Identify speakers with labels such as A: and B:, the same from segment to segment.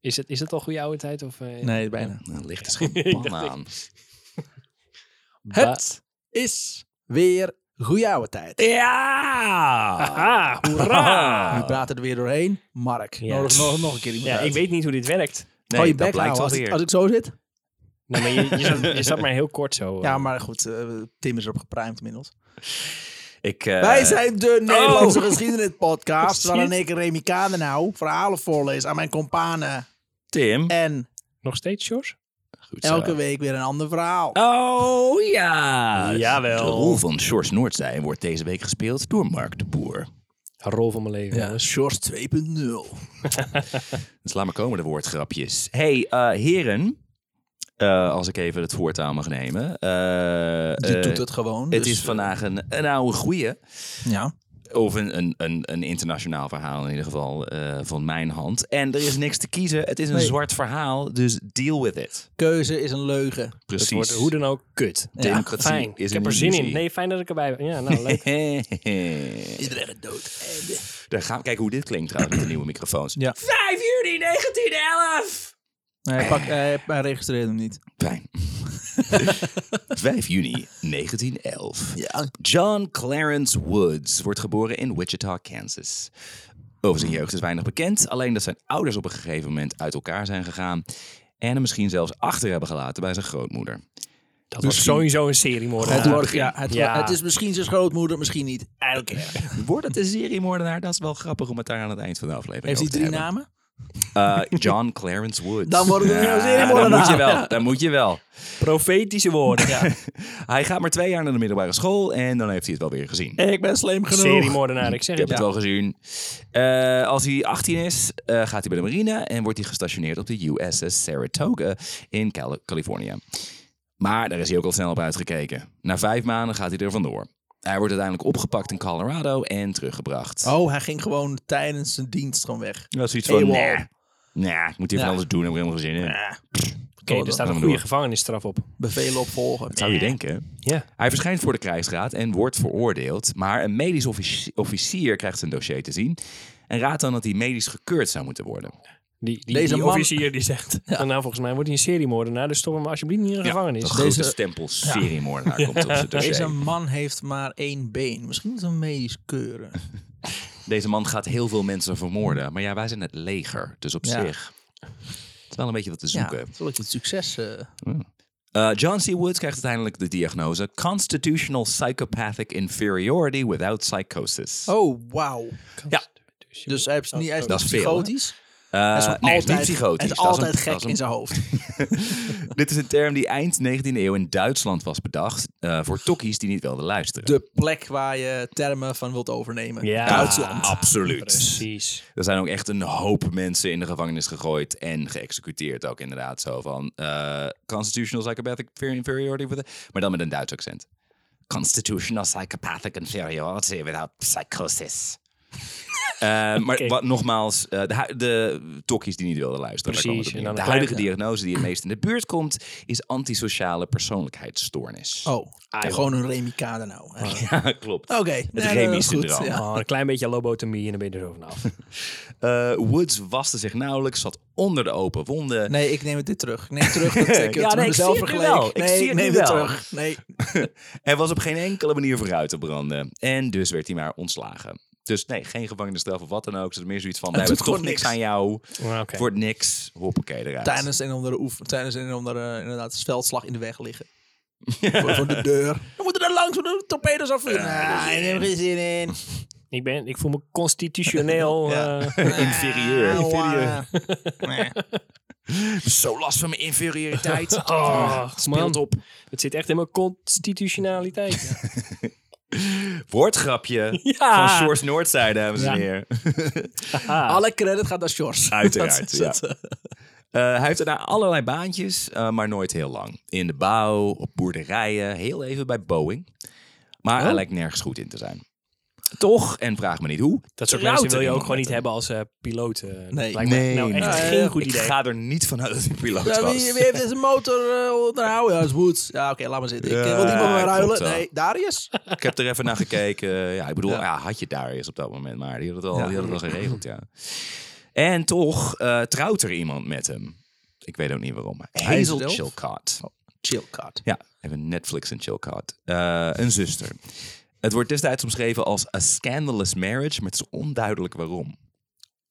A: Is het, is het al goede oude tijd? Of, eh,
B: Nee, bijna.
C: Nou, ligt is geen
A: Ik dacht
C: pan
A: ik-
C: aan.
A: ba-
B: Het is weer goeie oude tijd.
C: Ja!
A: Haha, hoera!
B: Nu praat het er weer doorheen. Mark,
A: Ja.
B: nodig nog, nog een keer iemand
A: ja, ik weet niet hoe dit werkt.
B: Hou je
C: dat
B: bek
C: blijkt
B: houden als, ik-
C: alweer.
B: als ik zo zit.
A: Nou, maar je, je, zat, je zat maar heel kort zo. eh.
B: Ja, maar goed, eh, Tim is erop gepruimd inmiddels.
C: Ik, eh,
B: Wij zijn de Nederlandse
C: Oh.
B: geschiedenispodcast.
A: Precies.
B: Waarin ik Remy Kadenau verhalen voorlees aan mijn companen.
C: Tim.
B: En
A: Nog steeds, Sjors?
C: Goed zo.
B: elke week weer een ander verhaal.
C: Oh ja!
A: Jawel.
C: De rol van Sjors Noordzij wordt deze week gespeeld door Mark de Boer.
A: Rol van mijn leven, jongens.
B: Shores 2.0.
C: Dus laat maar komen de woordgrapjes. hey, eh, heren. Eh, als ik even het voortouw mag nemen. Eh,
B: Die
C: eh,
B: doet het gewoon.
C: Het
B: dus,
C: is vandaag een, een oude goeie.
B: Ja.
C: Of een, een, een, een internationaal verhaal in ieder geval eh, van mijn hand. En er is niks te kiezen. Het is een
B: Nee.
C: zwart verhaal, dus deal with it.
B: Keuze is een leugen.
A: Het
C: Precies.
A: wordt hoe dan ook kut.
C: Democratie
A: fijn.
C: is
A: ik heb
C: een
A: er zin in.
C: illusie.
A: Nee, fijn dat ik erbij ben. Ja, nou, leuk.
B: Iedereen gaat dood.
C: Dan gaan we kijken hoe dit klinkt trouwens met de nieuwe microfoons.
B: Ja.
C: 5 juni 1911!
B: Hij, pak, hij,
C: eh,
B: hij registreert hem niet.
C: Fijn. 5 juni 1911.
B: Ja.
C: John Clarence Woods wordt geboren in Wichita, Kansas. Over zijn jeugd is weinig bekend, alleen dat zijn ouders op een gegeven moment uit elkaar zijn gegaan en hem misschien zelfs achter hebben gelaten bij zijn grootmoeder. Dus
A: Dat was sowieso een seriemoordenaar.
B: Het, wordt, ja, het,
A: Ja.
B: het is misschien zijn grootmoeder, misschien niet. I don't care.
C: Wordt het een seriemoordenaar? Dat is wel grappig om het daar aan het eind van de aflevering
B: Heeft hij
C: over te
B: drie
C: hebben.
B: namen?
C: Eh, John Clarence Woods.
B: Dan wordt het een
C: Ja,
B: seriemoordenaar.
C: Dan moet je wel, dan moet je wel.
A: Profetische woorden.
C: Hij gaat maar twee jaar naar de middelbare school en dan heeft hij het wel weer gezien.
B: Ik ben slim
A: Seriemoordenaar, ik zeg
C: Ik heb
A: het.
C: het
A: Ja.
C: wel gezien. Eh, als hij 18 is, eh, gaat hij bij de marine en wordt hij gestationeerd op de USS Saratoga in Cali- Californië. Maar daar is hij ook al snel op uitgekeken. Na vijf maanden gaat hij er vandoor. Hij wordt uiteindelijk opgepakt in Colorado en teruggebracht.
B: Oh, hij ging gewoon tijdens zijn dienst gewoon weg.
C: dat is iets
B: AWOL.
C: Nee, nah, ik moet hier van
B: Ja.
C: alles doen, daar heb ik helemaal geen zin in.
A: Oké, er staat een
C: Gaan we
A: goede
C: door.
A: gevangenisstraf op.
B: Bevelen opvolgen.
C: Dat zou je denken.
A: Ja.
C: Hij verschijnt voor de krijgsraad en wordt veroordeeld. Maar een medisch offici- officier krijgt zijn dossier te zien. En raadt dan dat hij medisch gekeurd zou moeten worden.
A: Die, die,
B: Deze
A: die
B: man-
A: officier die zegt, nou volgens mij wordt hij een seriemoordenaar, dus stop hem alsjeblieft niet in de gevangenis.
C: De grote
B: Deze-
C: stempel seriemoordenaar komt op zijn dossier.
B: Deze
C: Deze...
B: man heeft maar één been. Misschien is het een medisch keuren.
C: man gaat heel veel mensen vermoorden. Maar ja, wij zijn het leger. Dus op
B: Ja.
C: zich... Het is wel een beetje wat te
B: Ja,
C: zoeken.
B: zal ik het succes... eh,
C: Eh, John C. Woods krijgt uiteindelijk de diagnose... Constitutional Psychopathic Inferiority Without Psychosis.
B: Oh, wauw.
C: Ja.
B: Dus hij is niet, hij is
C: Dat
B: niet
C: is veel, hè?
B: psychotisch.
C: Eh,
B: Hij is
C: nee,
B: gewoon
C: het is
B: altijd,
C: niet psychotisch.
B: Hij is
C: Dat
B: altijd
C: een- dat
B: gek
C: is een-
B: in zijn hoofd.
C: Dit is een term die eind 19e eeuw in Duitsland was bedacht... eh, voor tokkies die niet wilden luisteren.
B: De plek waar je termen van wilt overnemen.
A: Ja.
B: Duitsland.
C: Ah, Absoluut.
A: Precies.
C: Er zijn ook echt een hoop mensen in de gevangenis gegooid en geëxecuteerd ook inderdaad. Zo van eh, constitutional psychopathic inferiority, with a- maar dan met een Duits accent. Constitutional psychopathic inferiority without psychosis. Eh, maar
A: Oké.
C: wat, nogmaals, eh, de, hu- de tokkies die niet wilden luisteren. daar kwam het
A: Precies,
C: op
A: en dan
C: neer. de
A: een
C: huidige
A: klein-
C: diagnose die het meest in de buurt komt, is antisociale persoonlijkheidsstoornis.
B: Oh, gewoon een Remy Kadenau. nou. Oké.
C: Ja, klopt.
B: nee,
C: Remy
B: dat is goed,
C: syndroom.
B: ja.
A: Oh, een klein beetje lobotomie en dan ben je er zo vanaf.
C: Eh, Woods waste zich nauwelijks, zat onder de open wonden.
B: Nee, ik neem het dit terug. Ik neem terug dat ik het
C: Ja, nee,
B: met
C: ik
B: mezelf
C: zie het nu
B: vergelijk.
C: wel. Ik
B: Nee,
C: zie het
B: ik
C: nu
B: neem het
C: wel.
B: terug. Nee.
C: Hij was op geen enkele manier vooruit te branden. En dus werd hij maar ontslagen. Dus nee, geen gevangenisstraf of wat dan ook. Dus meer zoiets van, wij
B: doet
C: hebben toch
B: gewoon
C: niks
B: niks.
C: aan jou.
A: Maar Ah, oké.
C: Het wordt niks. Hoppakee, eruit.
B: Tijdens een andere oefen, tijdens een andere eh, inderdaad veldslag in de weg liggen. voor, voor de deur. We moeten er langs, we moeten de torpedo's afvuren. nee, ik heb er geen zin in.
A: Ik, ben, ik voel me constitutioneel...
B: Ja.
A: eh,
C: Inferieur.
B: Ah,
C: Inferieur.
B: ah. Nee.
C: Zo last van mijn inferioriteit.
A: Oh,
C: Speelt
A: man.
C: op.
A: het zit echt in mijn constitutionaliteit.
C: Woordgrapje
A: Ja.
C: van Source Noordzij, dames en
A: Ja.
C: heren.
B: Alle credit gaat naar Sjors.
C: Uiteraard,
B: Dat is
C: ja.
B: het.
C: Eh, hij heeft daarna allerlei baantjes, eh, maar nooit heel lang. In de bouw, op boerderijen, heel even bij Boeing. Maar
A: Oh.
C: hij lijkt nergens goed in te zijn. Toch, en vraag me niet hoe.
A: Dat soort
C: trouwt
A: mensen wil je
C: er
A: ook
C: iemand
A: gewoon
C: met
A: niet
C: hem.
A: hebben als eh, piloot. eh. Dat
B: Nee.
A: lijkt me
C: Nee,
A: nou echt
C: nee.
A: geen goed idee. Nou,
C: Ik ga er niet vanuit dat hij piloot
B: Ja,
C: was.
B: wie, wie heeft deze motor eh, onderhouden? Ja, dat is Woods. Ja, oké, laat maar zitten. Ik eh, wil
C: Ja,
B: niet met mij
C: klopt
B: ruilen.
C: wel.
B: Nee, Darius?
C: Ik heb er even naar gekeken. Ja, ik bedoel, ja. had je daar eens op dat moment. Maar die had het al, die had het al geregeld, ja. En toch eh, trouwt er iemand met hem. Ik weet ook niet waarom.
B: is
C: Hazel
B: het elf?
C: Chilcott.
B: Chillcard.
C: Ja, even Netflix en chill card. een zuster. Het wordt destijds omschreven als a scandalous marriage, maar het is onduidelijk waarom.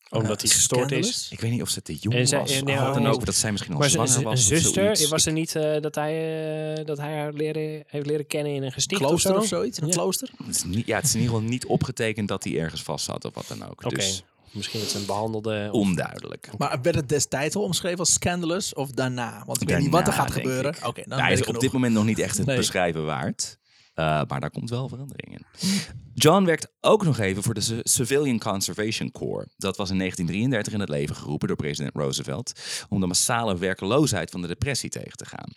A: Omdat hij gestoord is.
C: Ik weet niet of ze te jong
A: En zij-
C: was.
A: en
C: of
A: ja,
C: wat dan
A: oh.
C: ook, dat zij misschien al
A: Maar
C: zwanger
A: zijn
C: was. of
A: zuster,
C: zoiets.
A: was er niet eh, dat, hij, eh, dat hij haar leren, heeft leren kennen in een gesticht
B: Klooster
A: of
B: of
A: zo?
B: zoiets? Een
A: Ja.
B: klooster?
C: Het is niet, ja, het is in ieder geval niet opgetekend dat hij ergens vast zat of wat dan ook.
A: Oké,
C: Dus
A: misschien dat ze een behandelde... of-
C: onduidelijk.
B: Maar werd het destijds al omschreven als scandalous of daarna? Want ik weet
C: Daarna,
B: niet wat er gaat
C: denk
B: gebeuren.
C: ik.
B: Oké, dan
C: Nou, hij
B: weet
C: is
B: ik
C: op
B: genoeg.
C: dit moment nog niet echt het
A: Nee.
C: beschrijven waard. Eh, maar daar komt wel verandering in. John werkt ook nog even voor de Ci- Civilian Conservation Corps. Dat was in 1933 in het leven geroepen door president Roosevelt. om de massale werkloosheid van de depressie tegen te gaan.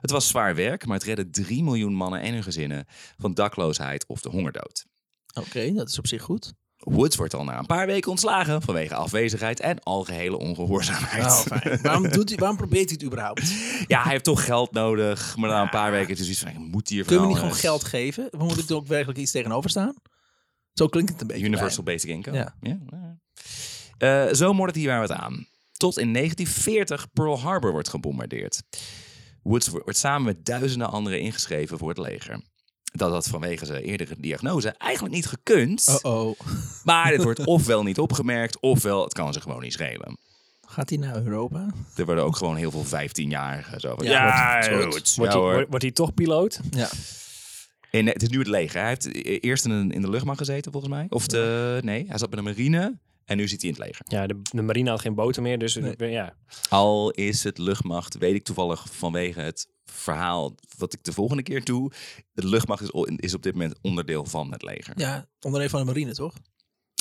C: Het was zwaar werk, maar het redde 3 miljoen mannen en hun gezinnen van dakloosheid of de hongerdood.
B: Oké, dat is op zich goed.
C: Woods wordt al na een paar weken ontslagen vanwege afwezigheid en algehele ongehoorzaamheid.
B: Nou, fijn. waarom, doet hij, waarom probeert hij het überhaupt?
C: Ja, hij heeft toch geld nodig. Maar na een paar weken is het zoiets van, ik moet hier eh, van
B: Kunnen we niet gewoon
C: alles.
B: geld geven? We moeten er ook werkelijk iets tegenover staan? Zo klinkt het een beetje.
C: Universal Basic Income.
B: Ja.
C: ja. Eh, zo moordde hij waar wat aan. Tot in 1940 Pearl Harbor wordt gebombardeerd. Woods wo- wordt samen met duizenden anderen ingeschreven voor het leger. Dat had vanwege zijn eerdere diagnose eigenlijk niet gekund.
B: oh
C: Maar het wordt ofwel niet opgemerkt, ofwel het kan ze gewoon niet schelen.
B: Gaat hij naar Europa?
C: Er worden ook gewoon heel veel 15-jarigen. Zo van,
B: Ja, wordt-
C: joh,
B: wordt-
C: het is-
A: Wordt,
C: ja,
A: hij,
C: hoor.
A: wordt, wordt hij toch piloot?
B: Ja.
C: En het is nu het leger. Hij heeft e- eerst in, een- in de luchtmacht gezeten, volgens mij. Of de, nee, hij zat bij de marine. En nu zit hij in het leger.
A: Ja, de, de marine had geen boten meer, dus
B: Nee.
A: ja.
C: Al is het luchtmacht, weet ik toevallig vanwege het verhaal wat ik de volgende keer doe. De luchtmacht is, o- is op dit moment onderdeel van het leger.
B: ja, onder een van de marine, toch?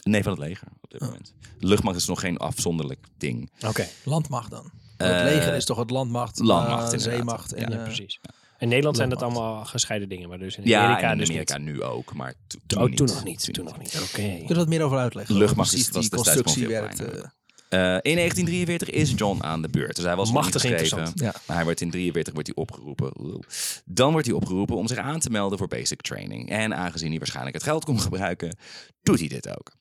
C: Nee, van het leger op dit
B: Oh.
C: moment. De luchtmacht is nog geen afzonderlijk ding.
A: Oké,
B: Landmacht dan. Want het
C: Eh,
B: leger is toch het landmacht,
C: landmacht,
B: eh,
C: inderdaad.
B: zeemacht.
C: Ja,
B: En, eh,
A: precies. In Nederland zijn dat
B: Landmacht.
A: allemaal gescheiden dingen, maar dus in
C: Ja,
A: Amerika,
C: en in
A: dus
C: Amerika
A: niet.
C: nu ook. Maar to- toen,
A: Oh,
C: niet.
A: toen nog niet. Toen
C: niet.
A: nog niet. Oké.
B: kun je dat meer over uitleggen?
C: Luchtmacht
B: Precies
C: is- was
B: die
C: destijds gewoon
B: constructie
C: veel
B: werkt.
C: kleiner.
B: eh,
C: Eh, in 1943 is John aan de beurt. Dus hij was
A: Machtig
C: nog niet geschreven.
A: interessant.
B: Ja.
C: Maar hij wordt in 43 wordt hij opgeroepen. Oeh. Dan wordt hij opgeroepen om zich aan te melden voor basic training. En aangezien hij waarschijnlijk het geld kon gebruiken, doet hij dit ook.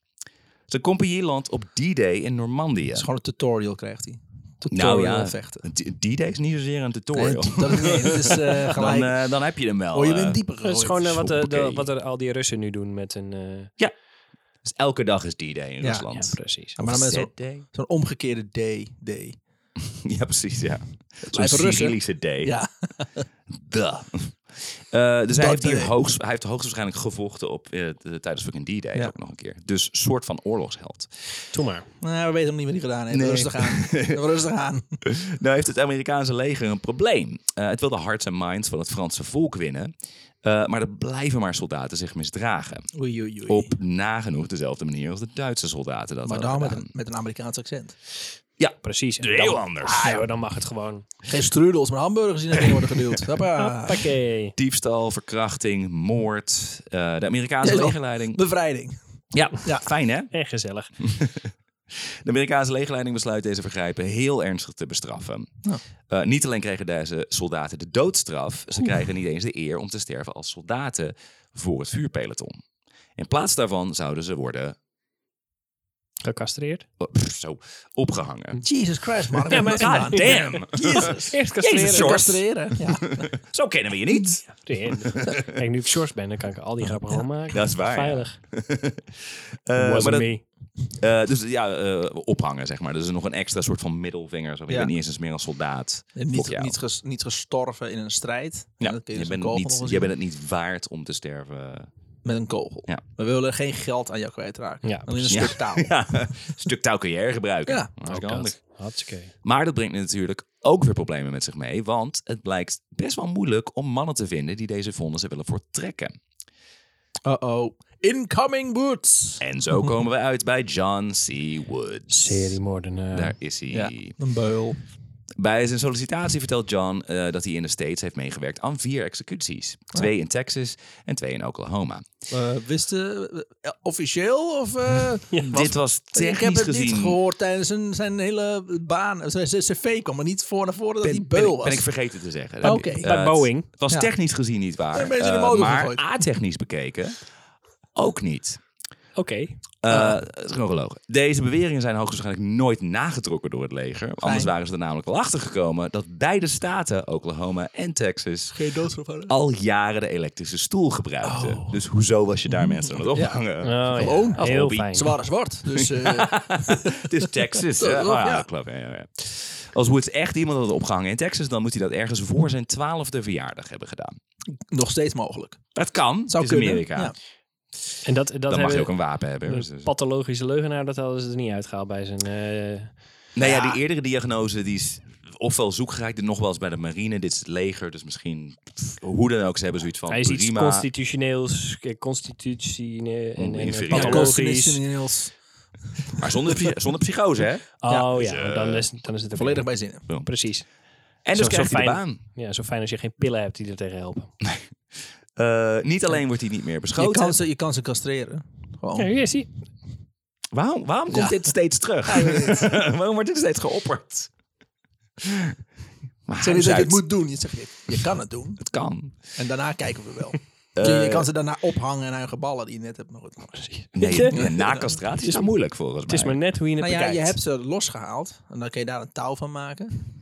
C: Zijn compagnie landt op D-Day in Normandië.
B: Het is gewoon een tutorial, krijgt hij. Tutorial
C: Nou ja,
B: vechten.
C: D- D-Day is niet zozeer een
B: Nee,
C: tutorial.
B: dat is, nee, het is eh,
C: dan,
B: gelijk.
C: eh, dan heb je hem wel.
B: oh, je
C: eh.
B: bent dieper
A: Dat is
B: gegooid.
A: gewoon eh, wat, de, de-
C: Hoppakee.
A: wat er al die Russen nu doen met een... eh,
C: Dus elke dag is D-Day in
B: Ja.
A: ja,
C: Rusland.
A: precies.
B: Ja, maar dan met zo'n
C: Z-Day?
B: zo'n omgekeerde D, D.
C: Ja, precies. Ja. Zo'n
B: lijken Russen.
C: Cyrillische D.
B: Ja,
C: Duh. Eh, dus hij
B: Dat,
C: heeft, hier
B: eh,
C: hoogst, hij heeft hoogstwaarschijnlijk gevochten op, eh, de- tijdens fucking D-Day
B: Ja.
C: ook nog een keer. Dus soort van oorlogsheld.
A: Doe maar.
B: nou, we weten nog niet wat hij gedaan heeft.
C: Nee.
B: Rustig aan. Rustig aan.
C: Nou heeft het Amerikaanse leger een probleem. Eh, het wil de hearts en minds van het Franse volk winnen. eh, maar er blijven maar soldaten zich misdragen.
B: Oei, oei, oei.
C: Op nagenoeg dezelfde manier als de Duitse soldaten dat
B: maar
C: hadden
B: dan met
C: gedaan.
B: een, met een Amerikaans accent.
A: Precies. En
C: Heel
A: dan-
C: anders.
A: Ah, joh, dan mag het gewoon.
B: Geen strudels, maar hamburgers in het ding worden geduwd.
C: Ah.
B: Hoppa.
A: Hoppakee.
C: Diefstal, verkrachting, moord. eh, de Amerikaanse
B: Ja, joh.
C: legerleiding...
B: Bevrijding.
C: Ja,
B: Ja.
C: fijn hè?
A: En gezellig.
C: De Amerikaanse legerleiding besluit deze vergrijpen heel ernstig te bestraffen.
B: Ja.
C: Eh, niet alleen kregen deze soldaten de doodstraf, ze krijgen niet eens de eer om te sterven als soldaten voor het vuurpeloton. In plaats daarvan zouden ze worden
A: Gecastreerd.
C: oh, pff, zo, opgehangen.
B: Jesus Christ, man.
A: Ja, maar-
B: gedaan.
A: God
C: Ah, damn.
B: Jesus.
A: Eerst castreren.
C: Jezus, George.
B: Castreren. Ja.
C: Zo kennen we je niet.
A: Kijk, nu ik shorts ben, dan kan ik al die grappen gewoon maken.
C: Dat is waar, ja.
A: Veilig.
C: Eh,
A: Wasn't
C: maar dat-
A: me.
C: eh, dus ja, eh, ophangen zeg maar. Dus er is nog een extra soort van middelvinger. Zo, van, Je
B: Ja.
C: bent niet eens meer een soldaat.
B: En
C: Fuck
B: Niet,
C: jou.
B: niet, ges- niet gestorven in een strijd.
C: Ja,
B: Dat kun
C: je,
B: je dus
C: bent
B: een
C: het
B: kogel
C: niet,
B: nog
C: je
B: eens
C: bent het niet waard om te sterven.
B: Met een kogel.
C: Ja.
B: We willen geen geld aan jou kwijtraken.
A: Ja,
B: Dan in een
C: Ja.
B: stuk taal.
C: Ja. Stuk touw kun je hergebruiken.
B: Ja. Oh,
C: Hartstikke
A: Ook
C: handig.
A: dat. Hartstikke.
C: Maar dat brengt natuurlijk ook weer problemen met zich mee, want het blijkt best wel moeilijk om mannen te vinden die deze vonnissen willen voortrekken.
B: Uh-oh. Incoming boots.
C: En zo komen we uit bij John C. Woods.
A: Seriemoordenaar.
C: Daar is hij.
B: Ja, een beul.
C: Bij zijn sollicitatie vertelt John eh, dat hij in de States heeft meegewerkt aan vier executies.
B: Oh.
C: Twee in Texas en twee in Oklahoma.
B: Eh, wisten eh, officieel of... eh,
C: Dit was
B: ik
C: technisch
B: heb het
C: gezien...
B: niet gehoord tijdens zijn, zijn hele baan. Zijn, zijn cv kwam er niet voor naar voren dat
C: ben,
B: hij
C: ben ik-
B: beul was.
C: ben ik vergeten te zeggen.
B: Oké.
C: Eh,
A: Bij
C: het-
A: Boeing.
C: Het was
B: Ja.
C: technisch gezien niet waar.
B: Zijn mensen in de
C: eh,
B: motor
C: maar
B: gegooid.
C: A-technisch bekeken ook niet.
A: Oké.
C: Eh, het is gewoon gelogen. Deze beweringen zijn hoogstwaarschijnlijk nooit nagetrokken door het leger. Anders waren ze er namelijk wel achter gekomen dat beide staten, Oklahoma en Texas,
B: Geen doodstraf houden.
C: al jaren de elektrische stoel gebruikten. Dus hoezo was je daar mensen aan het ophangen?
A: Oh, ja.
B: Gewoon.
A: Heel
C: hobby.
A: fijn.
B: Ze waren zwart. Dus eh,
C: Het is Texas.
B: Toch,
C: hè? Oh, ja,
B: ja.
C: dat klopt. Ja, ja, ja. Als Woods echt iemand had opgehangen in Texas, dan moet hij dat ergens voor zijn twaalfde verjaardag hebben gedaan.
B: nog steeds mogelijk.
C: Dat kan.
B: Zou
C: het is
B: kunnen,
C: Amerika.
B: ja.
A: En dat, dat
C: Dan mag je
A: hebben-
C: ook een wapen hebben. Dus-
A: De
C: dus-
A: pathologische leugenaar, dat hadden ze er niet uitgehaald bij zijn... eh,
C: Nou ja,
B: Ja.
C: die eerdere diagnose die is ofwel zoekgeraakt, nog wel eens bij de marine. Dit is het leger, dus misschien pff, hoe dan ook. Ze hebben zoiets van
A: hij is iets
C: prima.
A: constitutioneels, eh, constitutie eh, en, en
C: Inferieur.
B: Ja,
A: pathologisch.
B: constitutioneels.
C: maar zonder, psy- zonder psychose, hè?
A: Oh
C: dus,
A: ja,
C: eh,
A: dan is, dan is het er
B: Volledig bij zinnen.
A: Precies.
C: En
A: Zo-
C: dus
A: zo
C: krijgt hij de
A: fijn.
C: baan.
A: Ja, zo fijn als je geen pillen hebt die er tegen helpen.
C: Oh. Eh, niet alleen wordt hij niet meer
B: Je
C: beschoten.
B: kan, ze, je kan ze castreren. Gewoon.
A: Ja, hier, zie.
C: Waarom, waarom komt dit steeds terug? waarom wordt dit steeds geopperd? Maar
B: Zeg niet dat je
C: Zuid,
B: het moet doen. Je zegt, je, je kan het doen.
C: het kan.
B: En daarna kijken we wel.
C: Eh,
B: Dus je kan ze daarna ophangen aan eigen ballen die je net hebt. Maar goed.
C: Nee, na castratie is moeilijk volgens
A: Het is maar
C: mij.
A: net hoe je het
B: Nou ja,
A: bekijkt.
B: je hebt ze losgehaald. En dan kun je daar een touw van maken.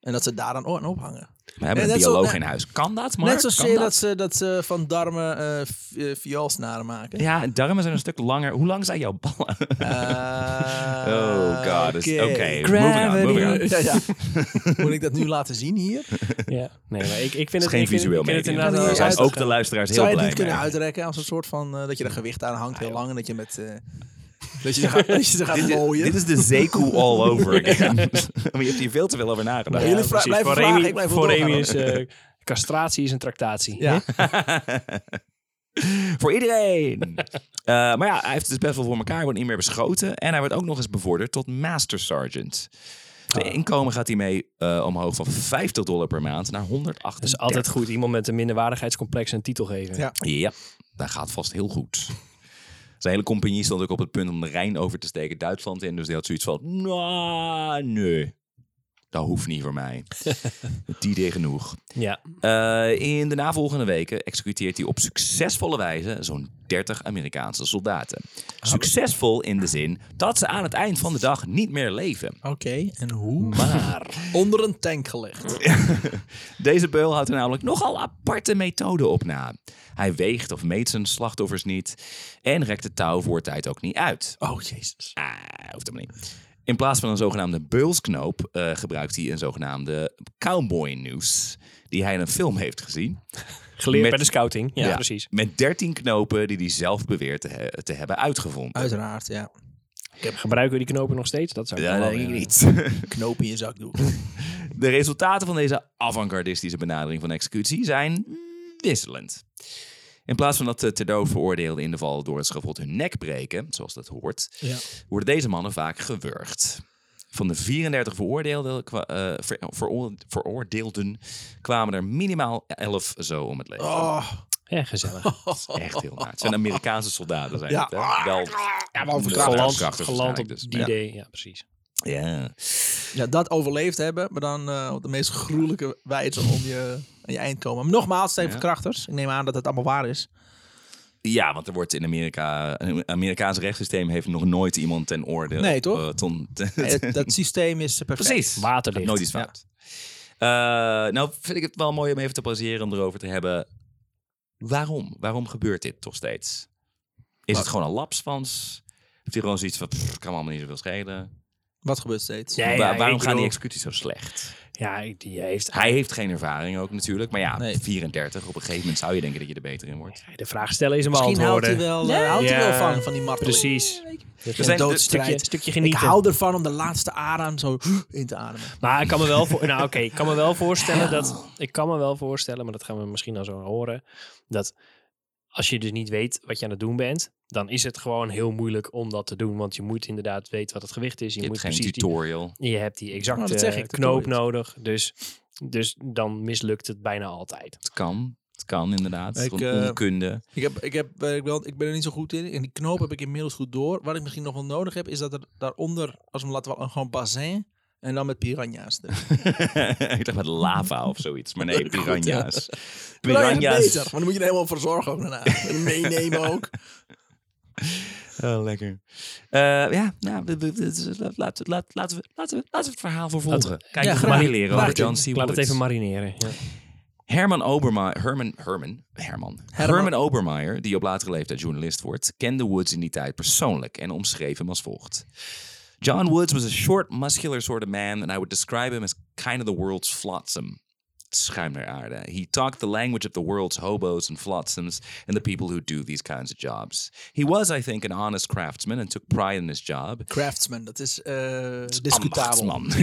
B: En dat ze daar dan aan ophangen.
C: We hebben
B: Ja,
C: een
B: net zo-
C: bioloog
B: net-
C: in huis. Kan dat, Mark?
B: Net
C: Kan
B: zozeer dat ze, dat ze van darmen eh, v- eh, vioolsnaren maken.
C: Ja, darmen zijn een stuk langer. Hoe lang zijn jouw ballen?
B: Eh,
C: Oh god, dus- oké. Moving on,
A: Gravity.
C: moving on.
B: Ja, ja. Moet ik dat nu laten zien hier?
A: Ja. Nee, maar ik, ik vind
C: Het
A: het
C: is geen
A: ik vind,
C: visueel
A: ik vind het
C: medium.
A: inderdaad
B: Ja,
C: Daar
A: wel
C: zijn
B: uit-
C: ook de luisteraars heel
B: Zou je
C: blij
B: het niet kunnen
C: mee.
B: uitrekken als een soort van... eh, dat je er gewicht aan hangt heel lang en dat je met... eh, dat je ze gaat, dat je ze gaat
C: Dit is,
B: gooien.
C: dit is de zeekoe all over again. maar je hebt hier veel te veel over nagedacht.
B: Ja. Jullie vra-
A: precies.
B: blijven
A: voor
B: vragen,
A: Remy,
B: ik blijf wel
A: voor
B: doorgaan,
A: Remy is eh, castratie is een tractatie.
B: ja.
C: Voor iedereen. Eh, maar ja, hij heeft het dus best wel voor elkaar. Hij wordt niet meer beschoten. En hij wordt ook nog eens bevorderd tot master sergeant. De inkomen gaat hij mee eh, omhoog van 50 dollar per maand naar 138.
A: Dat is Dus altijd goed. Iemand met een minderwaardigheidscomplex een titel geven.
B: Ja.
C: Ja, dat gaat vast heel goed. Zijn hele compagnie stond ook op het punt om de Rijn over te steken Duitsland in. Dus die had zoiets van, "Nou, nee, dat hoeft niet voor mij. Die deed genoeg.
A: Ja.
C: Eh, in de navolgende weken executeert hij op succesvolle wijze zo'n 30 Amerikaanse soldaten. Succesvol in de zin dat ze aan het eind van de dag niet meer leven.
B: Oké, en hoe?
C: Maar
B: Onder een tank gelegd.
C: Deze beul houdt er namelijk nogal aparte methoden op na. Hij weegt of meet zijn slachtoffers niet en rekt het touw voor tijd ook niet uit.
B: Oh, jezus.
C: Ah, hoeft helemaal niet. In plaats van een zogenaamde beulsknoop eh, gebruikt hij een zogenaamde cowboy noose, die hij in een film heeft gezien.
A: Geleerd
C: Met-
A: bij de scouting. Ja,
C: Ja,
A: precies.
C: Met 13 knopen die hij zelf beweert te, he- te hebben uitgevonden.
B: Uiteraard, ja.
A: Gebruiken we die knopen nog steeds? Dat zou ik
C: Ja,
A: wel
C: dat denk
A: willen.
C: ik niet.
B: Knoop in je zakdoek.
C: De resultaten van deze avant-gardistische benadering van executie zijn wisselend. In plaats van dat de ter dood veroordeelden in de val door het schavot hun nek breken, zoals dat hoort,
B: Ja.
C: worden deze mannen vaak gewurgd. Van de 34 veroordeelden, kwa- eh, ver- veroor- veroordeelden kwamen er minimaal 11 zo om het leven.
B: Oh,
A: Ja, gezellig.
C: Echt heel naar. Het zijn Amerikaanse soldaten, zijn
B: Ja.
C: het. Hè? Wel,
B: ja, wel
C: Ja,
B: verkracht.
A: Geland,
C: krachtig
A: geland op
C: waarschijnlijk dus.
A: die
C: Ja.
A: idee. Ja, precies.
C: ja.
B: Ja, dat overleefd hebben, maar dan eh, op de meest gruwelijke wijze om je, aan je eind te komen. Maar nogmaals, het zijn
C: Ja.
B: verkrachters. Ik neem aan dat het allemaal waar is.
C: Ja, want er wordt in Amerika. Een Amerikaans rechtssysteem heeft nog nooit iemand ten oordeel.
B: Nee, toch?
C: eh, ton- ten-
B: Nee, dat, dat systeem is perfect.
C: Precies.
A: Waterdicht.
C: Nooit iets fout. Eh, nou, vind ik het wel mooi om even te pauzeren om erover te hebben. Waarom? Waarom gebeurt dit toch steeds? Is het gewoon een lapsvans? Heeft hij gewoon zoiets van. pff, kan me allemaal niet zoveel schelen?
B: Wat gebeurt steeds?
A: Nee,
C: Wa-
A: ja,
C: waarom
A: ik
C: gaan die
A: bedoel-
C: executies zo slecht?
A: Ja, ik- die heeft...
C: Hij heeft geen ervaring ook natuurlijk. Maar ja,
B: Nee.
C: 34. Op een gegeven moment zou je denken dat je er beter in wordt.
A: De vraag stellen is hem
B: Misschien houdt hij
A: beantwoorden.
B: wel, eh, houdt hij
A: Ja,
B: wel van, van die marteling.
A: Precies.
B: Er
C: zijn-
B: zijn
A: Stukje,
B: doodstrijd.
A: stukje
B: Ik
A: genieten.
B: hou ervan om de laatste adem zo in te ademen.
A: Maar ik kan me wel, voor, nou, oké, ik kan me wel voorstellen dat. Ik kan me wel voorstellen, maar dat gaan we misschien dan zo horen. Dat als je dus niet weet wat je aan het doen bent, dan is het gewoon heel moeilijk om dat te doen. Want je moet inderdaad weten wat het gewicht is. Je,
C: Je, hebt
A: moet
C: geen
A: precies
C: tutorial.
A: die, je hebt die
B: Nou,
A: exacte
B: dat zeg ik, dat
A: knoop
B: doe ik.
A: nodig. Dus, dus dan mislukt het bijna altijd.
C: Het kan. Het kan inderdaad.
B: Ik,
C: Gewoon
B: eh,
C: onkunde.
B: Ik, heb, ik, heb, eh, ik, ben, ik ben er niet zo goed in. En die knoop heb ik inmiddels goed door. Wat ik misschien nog wel nodig heb, is dat er daaronder, als we hem laten wel een gewoon bassin. En dan met piranha's. erin.
C: ik dacht met lava of zoiets. Maar nee, piranha's.
B: Piranha's is
C: Piranha's.
B: beter, maar dan moet je er helemaal voor zorgen ook daarna. En meenemen ook.
C: Oh, lekker. Eh, ja, nou, we- we- we- laat- laat- laat- laten we laten we- laten we het verhaal vervolgen. Kijk,
B: ja,
C: ja,
B: graag.
C: marineren over
B: Laat-
C: John C.
A: Ik laat het
C: Woods.
A: even marineren. Ja.
C: Herman Obermeyer, Herman, Herman, Herman.
B: Herman.
C: Herman Obermeyer, die op latere leeftijd journalist wordt, kende Woods in die tijd persoonlijk en omschreef hem als volgt. John Woods was a short, muscular sort of man and I would describe him as kind of the world's flotsam. Schuim naar aarde. He talked the language of the world's hobos and flotsams and the people who do these kinds of jobs. He was, I think, an honest craftsman and took pride in his job.
B: Craftsman, dat is eh discutabel.
C: Ambachtsman.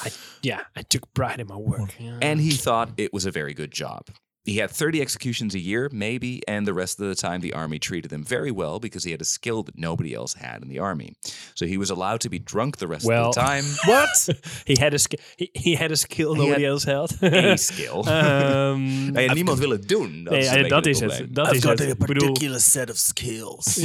C: Ja.
A: Yeah, I took pride in my work. Ja.
C: And he thought it was a very good job. He had 30 executions a year, maybe, and the rest of the time the army treated him very well because he had a skill that nobody else had in the army. So he was allowed to be drunk the rest
A: Well.
C: of the time.
A: What? he, had a sk- he, he had a skill nobody
C: had
A: else had.
C: a skill.
A: Ehm,
C: Nee, niemand wil het doen. Dat
A: nee,
C: is,
A: eh,
C: een
A: dat
C: beetje
A: is het.
C: probleem.
A: Dat is het. Ik bedoel,
B: set of skills.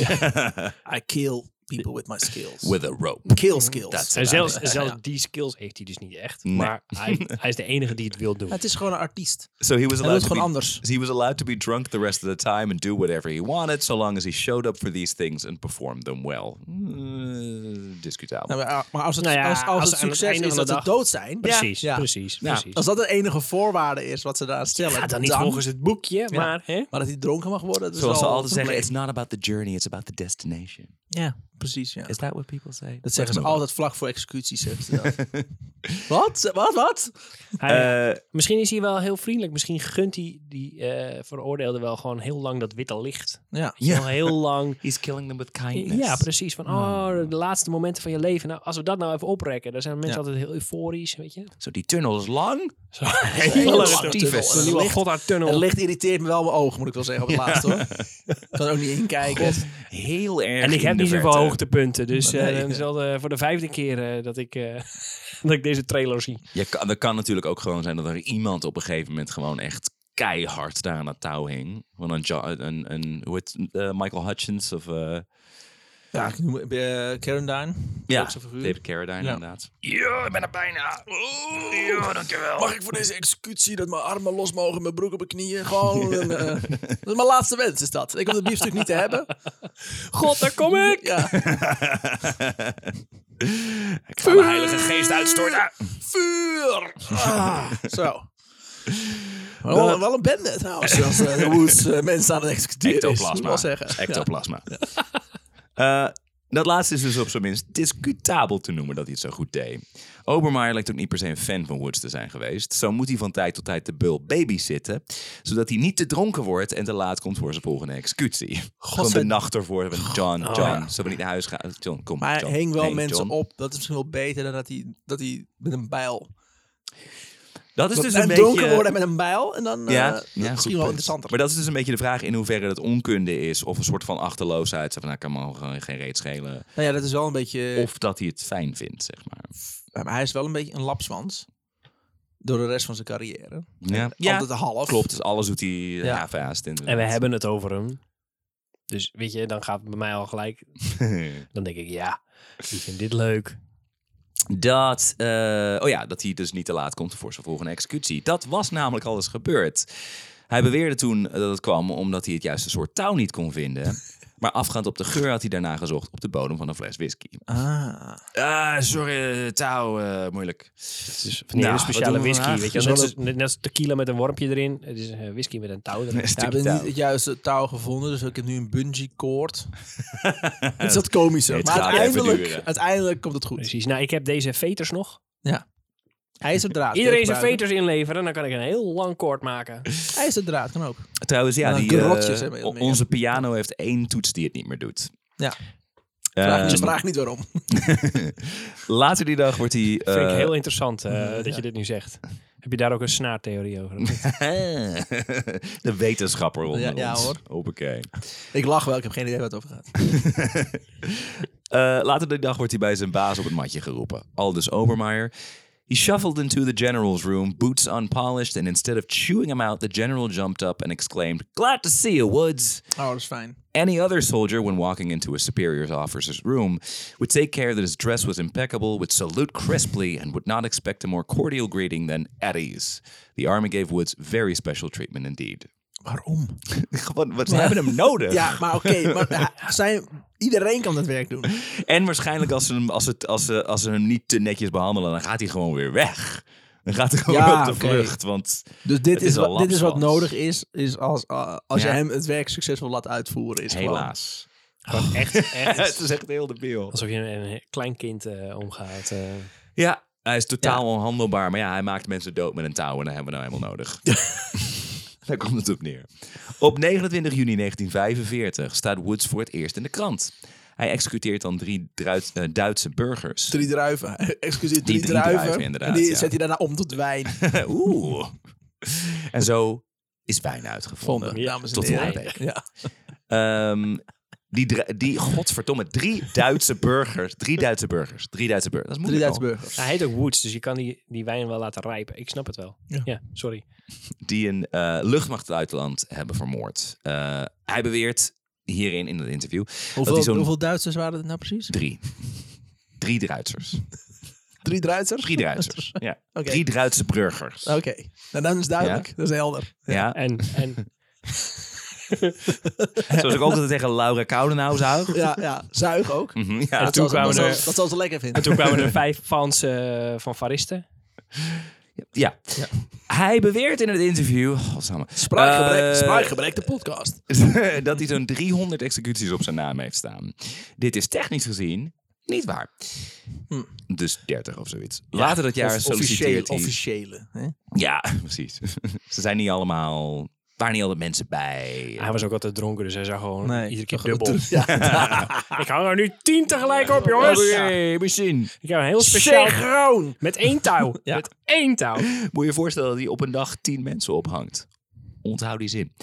B: I kill people with my skills.
C: With a rope.
B: kill skills.
C: That's
A: en
C: it.
A: zelfs,
C: Ja, ja,
A: zelfs
C: ja.
A: die skills heeft hij dus niet echt. Maar hij, hij is de enige die het wil doen.
B: het is gewoon een artiest.
C: So he
B: Hij
C: was
B: doet
C: allowed
B: het
C: to
B: gewoon
C: be
B: anders.
C: He was allowed to be drunk the rest of the time and do whatever he wanted, so long as he showed up for these things and performed them well. Mm, discutabel.
B: Nou, maar maar als het,
A: Nou ja,
B: als, als
A: als
B: het
A: aan het
B: succes
A: einde
B: is
A: van
B: dat
A: de
B: ze
A: dag-
B: dood zijn.
A: Precies,
B: Ja.
A: precies,
C: Ja.
A: precies.
B: Als dat de enige voorwaarde is wat ze daar stellen.
A: Gaat dan niet volgens het boekje, maar... Hè?
B: Maar dat hij dronken mag worden. Dat is
C: Zoals ze
B: al
C: altijd zeggen,
B: compleet.
C: it's not about the journey, it's about the destination.
B: Ja, precies. Ja.
C: Is that what people say?
B: Dat zeggen ze altijd vlak voor executies. zeggen ze dat. wat? Wat? Wat?
A: Hij- misschien is hij wel heel vriendelijk. Misschien gunt hij die eh, veroordeelde wel gewoon heel lang dat witte licht.
B: Ja.
A: Ja. Heel lang...
C: He's killing them with kindness.
A: Ja, precies. Van, oh, de laatste momenten van je leven. Nou, als we dat nou even oprekken, dan zijn mensen
B: Ja.
A: altijd heel euforisch, weet je.
C: So die tunnel is lang.
A: Zo.
B: Heel
C: lange
B: lang
C: tyfus.
B: tunnel.
A: De
B: En
A: nieuwe
B: licht-
A: Godhardtunnel.
B: Het licht irriteert me wel mijn ogen, moet ik wel zeggen, op het laatste hoor. Ik kan er ook niet inkijken.
C: Heel erg
A: En ik
C: in
A: heb
C: de
A: niet zoveel
C: verte.
A: hoogtepunten, dus eh
B: Nee.
A: dan is wel eh, voor de vijfde keer eh, dat, ik, eh, dat ik deze trailer zie.
C: Je kan, dat kan natuurlijk ook gewoon zijn dat er iemand op een gegeven moment gewoon echt keihard daar aan het touw hing. Want een, Jo- een, een hoe heet het, eh, Michael Hutchins of... eh,
B: Ja, ik noem eh, Karen Dine.
C: ja,
B: Ook zo'n figuur.
C: David Carradine
B: Ja.
C: inderdaad. Ja, ik ben er bijna. Ja, dankjewel.
B: Mag ik voor deze executie dat mijn armen los mogen, mijn broek op mijn knieën? Gewoon. een, eh, dat is mijn laatste wens, is dat. Ik wil het biefstuk niet te hebben.
A: God, daar kom ik!
B: Ja.
C: Ik ga mijn heilige geest Ah. uitstorten.
B: Vuur! Ah, zo. Wel, wel een bende trouwens, als eh, de Woods eh, mensen aan het executeren is. moet ik
C: Ectoplasma.
B: wel zeggen.
C: Ectoplasma. Eh, dat laatste is dus op zijn minst discutabel te noemen dat hij het zo goed deed. Obermeyer lijkt ook niet per se een fan van Woods te zijn geweest. Zo moet hij van tijd tot tijd de bul babysitten, zodat hij niet te dronken wordt en te laat komt voor zijn volgende executie. Gewoon de
B: zij-
C: nacht ervoor. van John, John, zullen we niet naar huis gaan? John, kom.
B: oh Maar hij
C: John.
B: hing wel
C: Nee,
B: mensen
C: John.
B: op. Dat is misschien wel beter dan dat hij, dat hij met een bijl...
C: Dat is dus
B: en
C: een
B: dronken
C: beetje...
B: worden met een bijl en dan... eh, dat is
C: goed
B: misschien wel
C: punt.
B: interessanter.
C: Maar dat is dus een beetje de vraag in hoeverre dat onkunde is. Of een soort van achterloosheid. Zo Van, nou, kan me gewoon geen reet schelen.
B: nou ja, dat is wel een beetje...
C: Of dat hij het fijn vindt, zeg maar.
B: Ja, maar hij is wel een beetje een lapswans. Door de rest van zijn carrière.
C: Ja,
B: Altijd een half.
C: klopt. Dus alles doet hij Eh, ja. havenhaast. inderdaad.
A: En we hebben het over hem. Dus weet je, dan gaat het bij mij al gelijk. Dan denk ik, ja, ik vind dit leuk.
C: dat, eh, oh ja, dat hij dus niet te laat komt voor zijn volgende executie. Dat was namelijk al eens gebeurd. Hij beweerde toen eh, dat het kwam omdat hij het juiste soort touw niet kon vinden. Maar afgaand op de geur had hij daarna gezocht op de bodem van een fles whisky.
B: Ah.
C: Ah, sorry, touw, eh, moeilijk.
A: Dus van die
C: Nou,
A: hele
C: wat
A: speciale
C: doen we
A: whisky.
C: vandaag?
A: Weet je,
B: Dus
A: wel, net,
B: wel
A: als- net als tequila met een wormpje erin. Het is eh, whisky met een touw erin.
C: Een
B: Ja, ik
C: stukje
B: heb niet
C: touw.
B: het juiste touw gevonden, dus ik heb nu een bungee koord. het is wat komisch,
C: Het
B: maar
C: gaat even
B: uiteindelijk,
C: duren.
B: uiteindelijk komt het goed.
A: Precies. Nou, ik heb deze veters nog.
B: Hij is draad.
A: Iedereen zijn veters inleveren. Dan kan ik een heel lang koord maken.
B: Hij is draad, kan ook.
C: Trouwens, ja,
B: Nou,
C: die, eh,
B: grotjes hebben we
C: o-
B: meer.
C: onze piano heeft één toets die het niet meer doet.
B: Ja. Vraag,
C: Ehm,
B: dus vraag niet waarom.
C: later die dag wordt hij...
A: Vind ik
C: eh,
A: heel interessant eh, dat je dit nu zegt. Heb je daar ook een snaartheorie over?
C: de wetenschapper onder
B: Ja, ja,
C: ons.
B: hoor.
C: Hoppakee.
B: Ik lach wel, ik heb geen idee waar het over gaat.
C: Eh, later die dag wordt hij bij zijn baas op het matje geroepen. Aldus Obermeyer. He shuffled into the general's room, boots unpolished, and instead of chewing him out, the general jumped up and exclaimed, Glad to see you, Woods!
B: Oh, dat is fijn.
C: Any other soldier, when walking into a superior's officer's room, would take care that his dress was impeccable, would salute crisply, and would not expect a more cordial greeting than at ease. The army gave Woods very special treatment indeed.
B: Waarom?
C: Gewoon, want ze hebben hem nodig.
B: Ja, maar oké. maar hij- zijn, iedereen kan dat werk doen.
C: En waarschijnlijk als ze, hem, als, het, als, ze, als ze hem niet te netjes behandelen, dan gaat hij gewoon weer weg. Dan gaat hij gewoon
B: Ja,
C: op de
B: oké.
C: vlucht. Want
B: Dus dit,
C: Het
B: is,
C: is al
B: wat, dit is wat
C: lapswans.
B: nodig is, is als, ah, als
C: Ja.
B: je hem het werk succesvol laat uitvoeren. Is gewoon-
C: helaas.
A: Gewoon echt,
C: het
A: echt
C: is echt heel debiel.
A: alsof je een, een klein kind eh, omgaat. eh.
C: Ja, hij is totaal onhandelbaar. Maar ja, hij maakt mensen dood met een touw. En dat hebben we nou helemaal nodig. Daar komt het op neer. Op 29 juni 1945 staat Woods voor het eerst in de krant. Hij executeert dan drie Druid- eh, Duitse burgers.
B: Drie druiven. Excuseer, drie,
C: drie
B: druiven.
C: druiven, inderdaad,
B: En die
C: ja.
B: zet hij daarna om tot wijn.
C: Oeh. En zo is bijna uitgevonden.
B: Vonden,
A: Ja,
B: dames en
C: tot
B: heren.
C: de oorlog.
B: Ja.
C: Ehm, die, dra- die, godverdomme, drie Duitse burgers. Drie Duitse burgers. Drie Duitse burgers. Dat is
B: Drie
C: moeilijk
B: Duitse
C: al.
B: burgers.
A: Hij heet ook Woods, dus je kan die, die wijn wel laten rijpen. Ik snap het wel.
B: Ja.
A: Ja, sorry.
C: die een eh, luchtmacht uit het land hebben vermoord. Eh, hij beweert hierin in dat interview dat hij
B: Hoeveel,
C: zo'n
B: hoeveel Duitsers waren het nou precies?
C: drie. Drie Duitsers.
B: Drie Duitsers?
C: Drie Duitsers. Ja.
B: Oké.
C: Drie Duitse burgers.
B: Oké. Nou, dan is het duidelijk. Dat is helder.
C: Ja.
A: En, en
C: Zoals ik ook altijd tegen Laura Koudenau zou.
B: Ja, ja. Zuig ook.
C: Mhm,
A: En
C: ja.
B: Dat zal, ze,
A: kwamen
B: dat, zal,
A: er-
B: dat zal ze lekker vinden.
A: toen kwamen er vijf fans eh, van Faristen.
C: Ja. Hij beweert in het interview godsamme,
B: Spraakgebrek,
C: Eh,
B: spraakgebrek de podcast.
C: dat hij zo'n 300 executies op zijn naam heeft staan. Dit is technisch gezien niet waar.
B: Hm.
C: Dus 30 of zoiets. Later dat jaar
B: Of officiële.
C: solliciteert hij.
B: officiële hè?
C: Ja, precies. Ze zijn niet allemaal, waren niet altijd mensen bij.
B: Ah,
A: Hij was ook altijd dronken, dus hij zag gewoon iedere keer dubbel.
B: Ja.
A: Ik hang er nu tien tegelijk op, jongens.
C: misschien.
A: Ik heb een heel speciaal...
B: Synchroon.
A: Met één touw.
B: Ja.
A: Met één touw.
C: Moet je je voorstellen dat hij op een dag tien mensen ophangt. Onthoud die zin.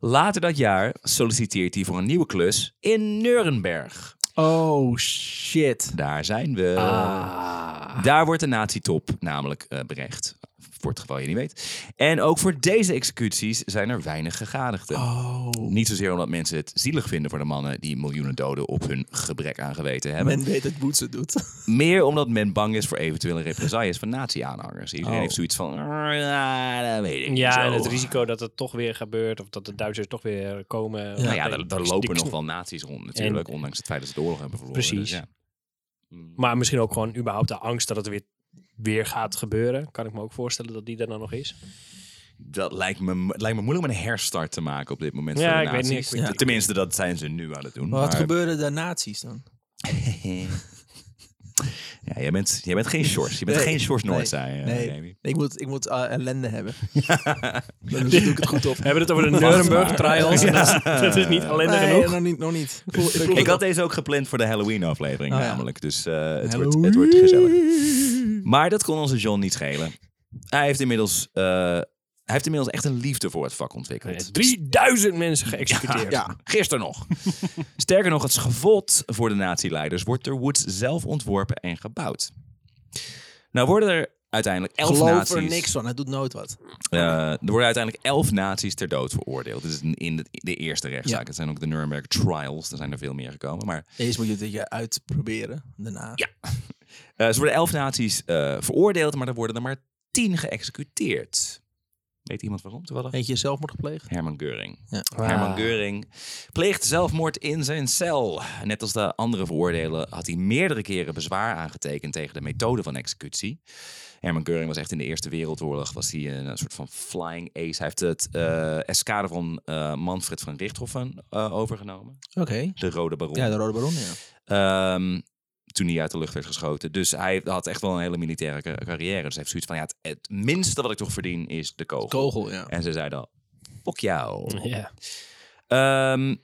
C: Later dat jaar solliciteert hij voor een nieuwe klus in Nuremberg.
B: Oh, shit.
C: Daar zijn we.
A: Ah.
C: Daar wordt de nazi-top namelijk eh, berecht. Voor het geval je niet weet. En ook voor deze executies zijn er weinig gegadigden.
B: Oh.
C: Niet zozeer omdat mensen het zielig vinden voor de mannen die miljoenen doden op hun gebrek aangeweten hebben.
B: Men weet dat Boets het doet.
C: Meer omdat men bang is voor eventuele represailles van nazi-aanhangers. Iedereen
B: Oh.
C: heeft zoiets van, ja, dat weet ik niet zo."
A: Ja, en het risico dat het toch weer gebeurt. Of dat de Duitsers toch weer komen.
B: Ja.
C: Nou ja, daar, daar lopen nog
A: van.
C: wel nazi's rond natuurlijk. Ondanks het feit dat ze de oorlog hebben verloren.
A: Precies.
C: Dus ja.
A: Maar misschien ook gewoon überhaupt de angst dat het weer, weer gaat gebeuren. Kan ik me ook voorstellen dat die er dan nog is.
C: Dat lijkt me, het lijkt me moeilijk om een herstart te maken op dit moment
A: Ja,
C: voor de
A: ik weet
C: nazi's.
A: niet, ik weet
C: Ja.
A: niet.
C: Tenminste, dat zijn ze nu aan het doen.
B: Maar wat
C: maar-
B: gebeuren de nazi's dan?
C: ja, jij, bent, jij bent geen Sjors. Je bent
B: Nee,
C: geen Sjors
B: nee,
C: Noordzij. eh,
B: nee.
C: Remy.
B: Ik moet, ik moet eh, ellende hebben. Dan doe ik het goed op.
A: We hebben het over de
C: Nuremberg
A: Nuremberg
C: trials
A: Trials.
C: en dat
A: dat, is niet alleen
B: nee,
A: genoeg.
B: nog niet. Nog niet. Ik voel- ik voel
C: Ik
B: het
C: had deze ook gepland voor de Halloween-aflevering
B: Oh ja.
C: namelijk. Dus eh, het,
B: Halloween.
C: wordt, het wordt gezellig. Maar dat kon onze John niet schelen. Hij heeft inmiddels, eh, hij heeft inmiddels echt een liefde voor het vak ontwikkeld.
A: 3000 mensen geëxecuteerd.
C: Ja, gisteren nog. Sterker nog, het schavot voor de nazi-leiders wordt door Woods zelf ontworpen en gebouwd. Nou worden er uiteindelijk elf
B: geloof
C: nazi's...
B: er niks van. Het doet nooit wat.
C: Eh, er worden uiteindelijk elf nazi's ter dood veroordeeld. Dit is in- in de, de eerste rechtszaak.
B: Ja.
C: Het zijn ook de Nuremberg Trials. Er zijn er veel meer gekomen. Maar
B: Eerst moet je het een keer uitproberen. Daarna.
C: Ja. Eh, ze worden elf nazi's eh, veroordeeld, maar er worden er maar tien geëxecuteerd. Weet iemand waarom toevallig?
B: Eentje zelfmoord gepleegd.
C: Herman Geuring.
B: Ja.
C: Herman Geuring pleegde zelfmoord in zijn cel. Net als de andere veroordelen had hij meerdere keren bezwaar aangetekend tegen de methode van executie. Herman Geuring was echt in de Eerste Wereldoorlog was hij een, eh, soort van flying ace. Hij heeft het eh eskader van eh, Manfred van Richthofen eh, overgenomen.
B: Oké.
C: De Rode Baron.
B: Ja, de Rode Baron, ja.
C: Ehm, toen hij uit de lucht werd geschoten. Dus hij had echt wel een hele militaire ca- carrière. Dus hij heeft zoiets van, ja, het, het minste wat ik toch verdien is de kogel.
B: Kogel, ja.
C: En ze zei dan, fuck jou.
A: Ja.
C: Ehm,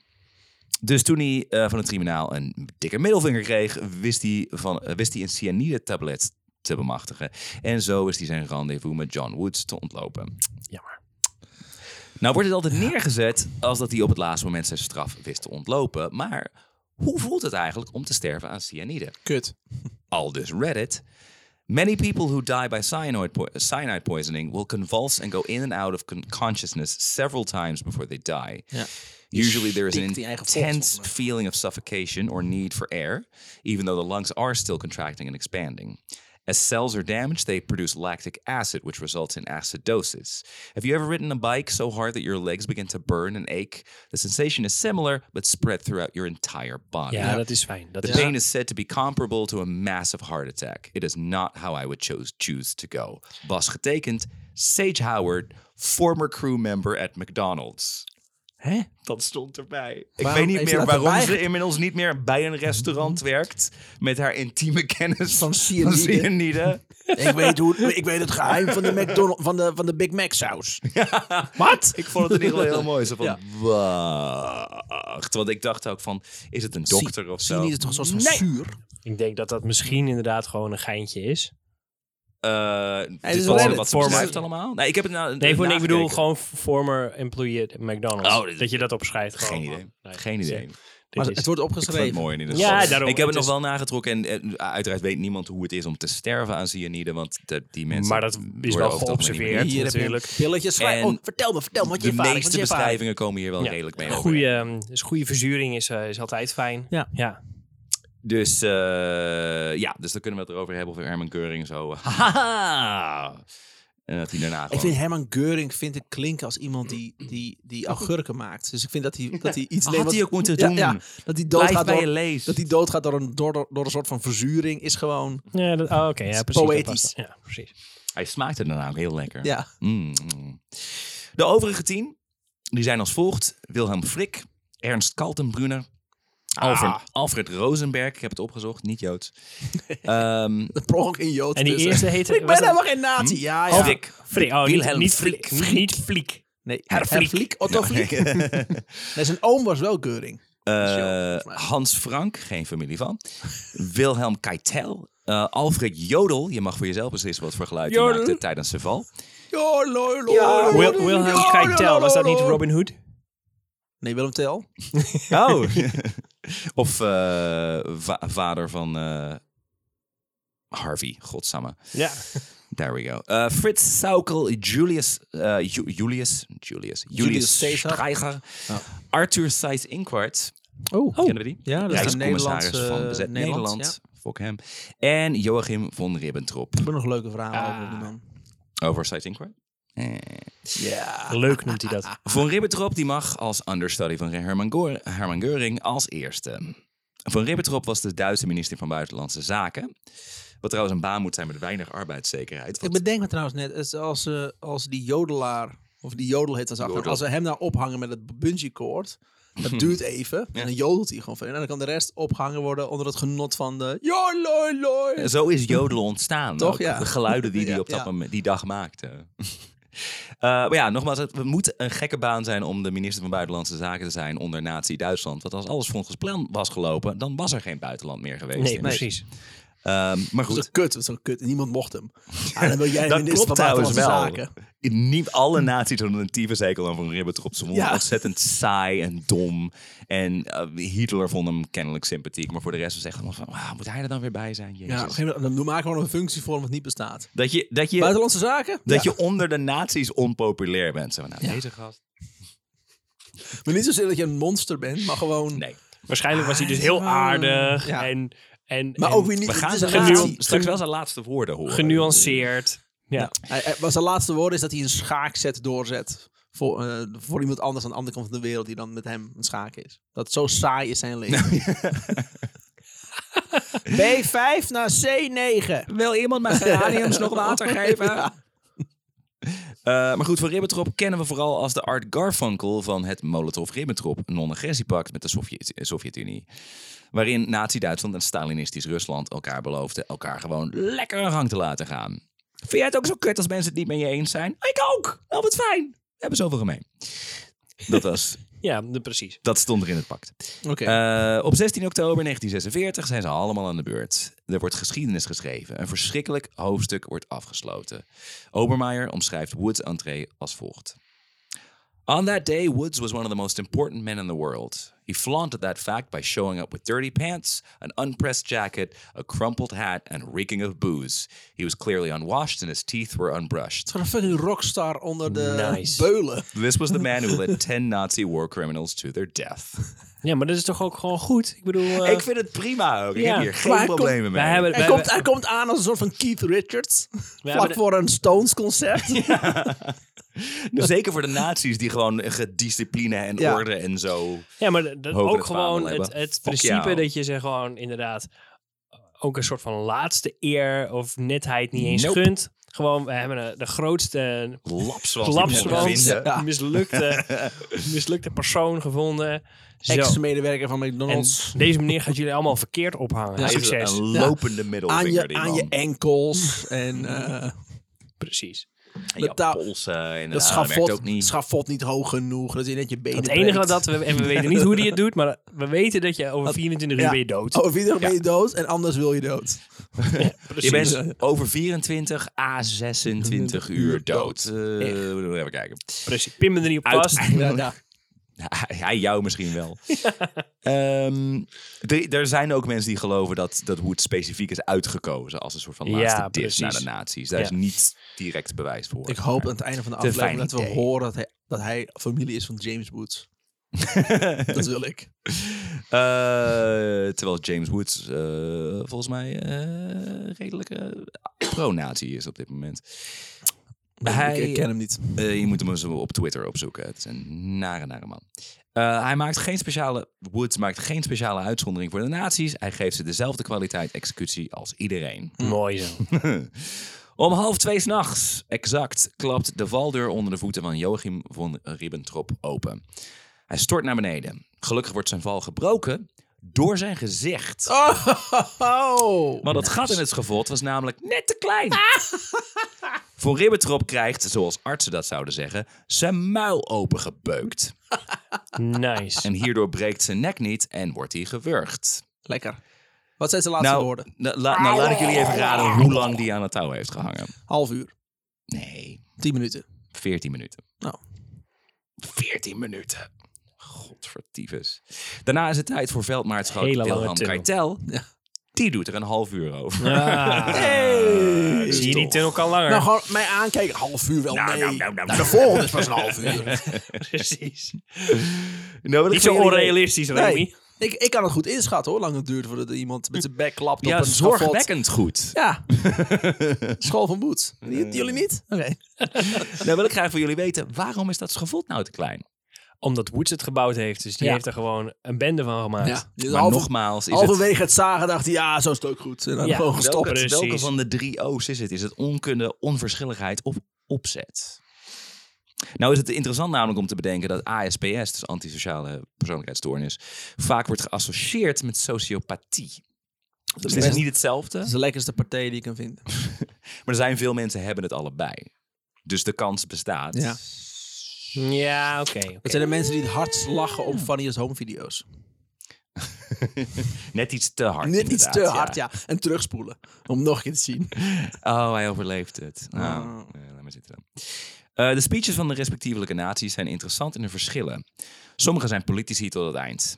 C: dus toen hij eh, van het tribunaal een dikke middelvinger kreeg, wist hij, van, eh, wist hij een cyanide-tablet te bemachtigen. En zo is hij zijn rendezvous met John Woods te ontlopen.
A: Jammer.
C: Nou wordt het altijd neergezet als dat hij op het laatste moment zijn straf wist te ontlopen. Maar hoe voelt het eigenlijk om te sterven aan cyanide?
B: Kut.
C: al dus Reddit. Many people who die by cyanide, po- cyanide poisoning will convulse and go in and out of con- consciousness several times before they die.
B: Ja.
C: Usually there is an
B: Stikt die eigen vocht,
C: intense
B: volgens
C: feeling of suffocation or need for air, even though the lungs are still contracting and expanding. As cells are damaged, they produce lactic acid, which results in acidosis. Have you ever ridden a bike so hard that your legs begin to burn and ache? The sensation is similar, but spread throughout your entire body.
A: Ja, dat is fijn. Dat
C: The
A: is,
C: pain is said to be comparable to a massive heart attack. It is not how I would choose, choose to go. Was getekend Sage Howard, former crew member at McDonald's. Hè? Dat stond erbij.
B: Waarom
C: ik weet niet
B: heeft ze
C: meer
B: dat
C: waarom
B: erbij
C: ze inmiddels niet meer bij een restaurant werkt. Met haar intieme kennis
B: Van
C: van
B: cyanide.
C: cyanide.
B: ik, weet hoe, ik weet het geheim van de, McDonald, van de, van de Big Mac saus.
A: Wat?
C: Ik vond het in ieder geval heel mooi. Zo van, wacht. Want ik dacht ook van, is het een dokter of zo?
B: Zie je het toch zoals van
C: Nee.
B: zuur?
A: Ik denk dat dat misschien inderdaad gewoon een geintje is.
C: Eh, dit
B: is
C: is
B: wel
C: wel
B: Reddit.
C: wat ze
A: Voor-
C: beschrijft allemaal. Nee, ik heb het nou
A: Nee, voor, nee, ik bedoel
C: nagekeken.
A: gewoon former employee at McDonald's.
C: Oh, dit-
A: dat je dat opschrijft. gewoon.
C: Geen idee.
A: Nee,
C: Geen idee.
A: Dit
B: Maar
A: is,
B: het wordt
C: Ik vond het
B: opgeschreven.
C: mooi in ieder
A: Ja,
C: geval.
A: daarom.
C: ik heb het
A: Het
C: nog
A: is-
C: wel nagetrokken. En, eh, uiteraard weet niemand hoe het is om te sterven aan cyanide. Want de- die mensen...
A: maar dat is
C: worden
A: wel
C: over het algemeen niet meer-
A: geobserveerd
B: Hier
A: natuurlijk.
B: heb je pilletjes. Schrijf,
C: En
B: oh, vertel me, vertel me wat je
C: De
B: ervaring
C: meeste
B: wat je ervaring.
C: beschrijvingen komen hier wel
A: Ja.
C: redelijk mee
A: Een
C: over.
A: goede, ehm, dus goede verzuring is, eh, is altijd fijn.
B: Ja.
A: ja.
C: Dus eh, ja, dus dan kunnen we het erover hebben. Of Herman Keuring zo... Haha! En dat hij daarna
B: Ik
C: gewoon...
B: vind Herman Geuring vind ik klinken als iemand die, die, die augurken maakt. Dus ik vind dat hij, dat hij iets
C: Had
B: neemt wat-
C: hij ook moeten
B: Ja,
C: doen.
B: ja, dat hij
C: Blijf
B: doodgaat
C: bij je
B: door,
C: lees.
B: dat hij doodgaat door een, door, door, door een soort van verzuring is gewoon...
A: ja dat- oh, Oké, ja,
B: is
A: precies. dat
B: poëtisch.
A: past wel. Ja, precies.
C: Hij smaakte daarna ook heel lekker.
B: Ja.
C: Mm, mm. De overige tien die zijn als volgt: Wilhelm Frick, Ernst Kaltenbrunner,
A: Ah.
C: Alfred, Alfred Rosenberg. Ik heb het opgezocht, niet joods. Ehm
B: Een prong in Jood.
A: En die
B: tussen.
A: eerste heette...
B: Dus, eh, Ik ben helemaal geen nazi. Ja, ja.
C: Frick.
A: Frik. Oh, niet,
C: Wilhelm
A: niet
C: Frik.
A: Flik. Niet, niet Flik.
B: Nee,
A: Hervliek.
B: Hervliek, Otto Vliek. Nee, zijn oom was wel Geuring.
C: Eh, Hans Frank, geen familie van. Wilhelm Keitel. eh, Alfred Jodel, je mag voor jezelf beslissen wat voor geluid hij
A: Jodel.
C: maakte tijdens zijn val.
B: Ja, lol, lol, lol,
A: Wil,
B: lol,
A: Wilhelm
B: lol,
A: Keitel,
B: lol,
A: was dat
B: lol,
A: niet
B: lol.
A: Robin Hood?
B: Nee, Willem Tel.
C: Oh. of eh, va- vader van eh, Harvey, godsamme.
A: Ja.
C: There we go. Uh, Frits Saukel, Julius, eh, Ju- Julius, Julius, Julius,
B: Julius Caesar.
C: Streicher,
B: Oh.
C: Arthur Sijs Inkwart,
B: Oh,
C: kennen we die?
B: ja, dat is een
C: Rijkscommissaris
B: Nederlandse
C: van Bezet
B: Nederland.
C: Nederland, fuck hem. En Joachim von Ribbentrop.
B: Ik heb nog leuke verhalen over die man.
C: Over Sijs Inkwart? Eh.
B: Ja.
A: Leuk noemt hij dat.
C: Von Ribbentrop die mag als understudy van Herman, Goor- Herman Göring als eerste. Von Ribbentrop was de Duitse minister van Buitenlandse Zaken. Wat trouwens een baan moet zijn met weinig arbeidszekerheid.
B: Ik
C: want-
B: bedenk me trouwens net, als, als, eh, als die jodelaar, of die jodel heet dan zo,
C: Jodel. Hm.
B: als ze hem nou ophangen met het bungee cord, dat duurt even, en dan jodelt hij gewoon verder. En dan kan de rest opgehangen worden onder het genot van de joloi loi.
C: Zo is jodelen ontstaan.
B: Toch?
C: Ook
B: Ja.
C: De geluiden die hij
B: Ja,
C: op dat
B: ja.
C: moment, die dag maakte. Eh, maar ja, nogmaals, het het moet een gekke baan zijn om de minister van Buitenlandse Zaken te zijn onder Nazi Duitsland. Want als alles volgens plan was gelopen, dan was er geen buitenland meer geweest.
A: Nee,
C: in-
A: precies.
C: Ehm, maar
B: Dat is
C: goed,
B: een kut, dat is een kut. En niemand mocht hem. Ja, dan wil jij
C: dat
B: minister
C: klopt
B: van
C: trouwens wel.
B: Buitenlandse Zaken.
C: In Niet alle naties hadden een tyfushekel aan Van Ribbentrop. Ze vonden
B: Ja.
C: hem ontzettend saai en dom. En eh, Hitler vond hem kennelijk sympathiek. Maar voor de rest was echt allemaal van, wauw, moet hij er dan weer bij zijn? Jezus.
B: Ja, op een gegeven moment- dan maak gewoon een functie voor hem wat niet bestaat.
C: Dat je, dat je
B: Buitenlandse Zaken?
C: Dat
B: Ja.
C: je onder de nazi's onpopulair bent. Zo, nou, Deze gast.
B: Maar niet zozeer dat je een monster bent, maar gewoon...
C: Nee.
A: Waarschijnlijk was hij dus heel aardig
B: Ja.
A: en, en,
B: Maar
A: en
B: ook weer niet.
C: We gaan
B: het is
C: zijn
B: een
C: laatste,
B: nazi.
A: genu-
C: straks wel zijn laatste woorden horen.
A: genuanceerd. Ja.
B: Hij- hij- Maar zijn laatste woord is dat hij een schaakzet doorzet. Voor, eh, voor iemand anders aan de andere kant van de wereld die dan met hem een schaak is. Dat zo saai is zijn leven. B5 naar C9.
C: Wil iemand mijn geraniums nog water geven? Eh, maar goed, van Ribbentrop kennen we vooral als de Art Garfunkel van het Molotov-Ribbentrop non-agressiepact met de Sovjet- eh, Sovjet-Unie. Waarin Nazi-Duitsland en Stalinistisch Rusland elkaar beloofden elkaar gewoon lekker een gang te laten gaan. Vind jij het ook zo kut als mensen het niet met je eens zijn? Ik ook! Nou, wat fijn! We hebben zoveel gemeen. Dat, was,
A: Ja, de- precies.
C: dat stond er in het pact.
B: Oké.
C: Eh, op 16 oktober 1946 zijn ze allemaal aan de beurt. Er wordt geschiedenis geschreven. Een verschrikkelijk hoofdstuk wordt afgesloten. Obermeier omschrijft Woods' entree als volgt. On that day, Woods was one of the most important men in the world. He flaunted that fact by showing up with dirty pants, an unpressed jacket, a crumpled hat, and reeking of booze. He was clearly unwashed and his teeth were unbrushed.
B: Gewoon een fucking rockstar onder de
A: Nice.
B: beulen.
C: This was the man who led 10 Nazi war criminals to their death.
A: Ja, maar dat is toch ook gewoon goed? Ik bedoel... eh,
C: ik vind het prima ook. Ik
A: ja.
C: heb hier
B: Maar
C: geen
B: hij komt-
C: problemen mee.
A: wij hebben-
B: Hij komt, hij komt aan als een soort van Keith Richards.
A: wij
B: vlak
A: hebben-
B: voor een Stones concert.
C: Zeker voor de naties die gewoon gediscipline en
B: Ja.
C: orde en zo.
A: Ja, maar dat, dat
C: Hoger
A: ook
C: het vaandel
A: gewoon het,
C: hebben.
A: het
C: Fuck
A: principe
C: jou.
A: dat je ze gewoon inderdaad eh, ook een soort van laatste eer of netheid niet eens
C: Nope.
A: gunt. Gewoon, we hebben eh, de grootste
C: Lapswans. die konden
A: klapswans,
C: vinden.
B: Ja.
A: mislukte, mislukte persoon gevonden. Zo.
B: Ex-medewerker van
A: En
B: McDonald's.
A: deze meneer gaat jullie allemaal verkeerd ophangen.
B: Ja.
C: Hij is
A: Succes.
C: een lopende middelvinger.
B: Aan je,
C: die
B: aan je
C: man.
B: enkels. en eh
A: Precies.
C: En je
B: dat taal-
C: polsen. En
B: dat
C: dat werkt ook
B: schafot,
C: niet.
B: schafot niet hoog genoeg. Dat je net je benen
A: Het enige
B: breekt.
A: dat we, en we weten niet hoe die het doet, maar we weten dat je over 24 uur
B: ja. Oh.
A: ben je dood.
B: Over iedereen ben je dood en anders wil je dood.
C: Je bent over 24 à 26 uur dood. Eh, even kijken.
A: Precies. Pim me er niet op vast.
C: Uiteindelijk.
B: Ja, ja.
C: Hij hij jou misschien wel. Ehm, er, er zijn ook mensen die geloven dat, dat hoe het specifiek is uitgekozen als een soort van
A: Ja,
C: laatste dis naar de
A: precies.
C: naties. Daar
A: Ja.
C: is niet direct bewijs voor.
B: Ik hoop aan het einde van de
C: Te
B: aflevering
C: fijn
B: dat we
C: idee.
B: horen dat hij, dat hij familie is van James Woods. dat wil ik.
C: Eh, terwijl James Woods eh, volgens mij eh redelijk eh, pro-nazi is op dit moment. Hij-
B: Ik, ik ken hem niet.
C: Eh, je moet hem eens op Twitter opzoeken. Het is een nare, nare man. Eh, hij maakt geen speciale, Woods maakt geen speciale uitzondering voor de naties. Hij geeft ze dezelfde kwaliteit executie als iedereen.
A: Mooi zo.
C: Om half twee s'nachts, exact, klapt de valdeur onder de voeten van Joachim von Ribbentrop open. Hij stort naar beneden. Gelukkig wordt zijn val gebroken door zijn gezicht.
B: Oh!
C: Maar dat gat in het schavot was namelijk net te klein. Voor Ribbentrop krijgt, zoals artsen dat zouden zeggen, zijn muil opengebeukt.
A: Nice.
C: En hierdoor breekt zijn nek niet en wordt hij gewurgd.
B: Lekker. Wat zijn zijn laatste woorden?
C: na- la- nou laat ik jullie even raden hoe lang die aan het touw heeft gehangen.
B: Half uur.
C: Nee,
B: Tien minuten.
C: 14 minuten.
B: Nou.
C: 14 minuten. Godvertiefes. Daarna is het tijd voor veldmaarschalk
A: Hele lange
C: Wilhelm
A: tunnel.
C: Keitel. Die doet er een half uur over.
A: Ah.
B: Hey!
A: Zie je, die tunnel kan langer.
B: Nou, gewoon mij aankijken. Half uur wel, nee.
C: nou, nou, nou,
B: de volgende is pas een half uur.
A: Precies.
C: Nou,
A: Niet zo onrealistisch, Remy.
B: Nee, ik, ik kan het goed inschatten, hoor. Lang het duurt voordat er iemand met zijn bek klapt
C: Ja,
B: op een schafot.
C: zorgwekkend goed.
B: Ja. School van Boots.
C: Mm.
B: Niet- Jullie niet? Oké.
C: Nou wil ik graag van jullie weten, waarom is dat schavot nou te klein?
A: Omdat Woods het gebouwd heeft, dus die
B: Ja.
A: heeft er gewoon een bende van gemaakt.
B: Ja. Dus
C: Maar
B: halver-
C: nogmaals, is het,
B: halverwege het zagen dacht hij, ja, zo is het ook goed. En dan
A: Ja.
B: gewoon gestopt.
C: welke,
A: Precies.
C: welke van de drie O's is het? Is het onkunde, onverschilligheid of opzet? Nou is het interessant namelijk om te bedenken dat ASPS, dus antisociale persoonlijkheidsstoornis, vaak wordt geassocieerd met sociopathie. Dus het is
B: best-
C: niet hetzelfde,
B: Dat is de lekkerste partij die ik kan vinden.
C: maar er zijn veel mensen hebben het allebei. Dus de kans bestaat.
B: Ja.
A: Ja, oké. oké.
B: Dat zijn de mensen die het hardst lachen om Funniest Home video's.
C: Net iets te hard.
B: Net iets
C: inderdaad,
B: te hard, ja. En terugspoelen. Om nog een keer te zien.
C: Oh, hij overleeft het. Oh, eh, laat maar zitten dan. Eh, de speeches van de respectievelijke naties zijn interessant in hun verschillen. Sommige zijn politici tot het eind.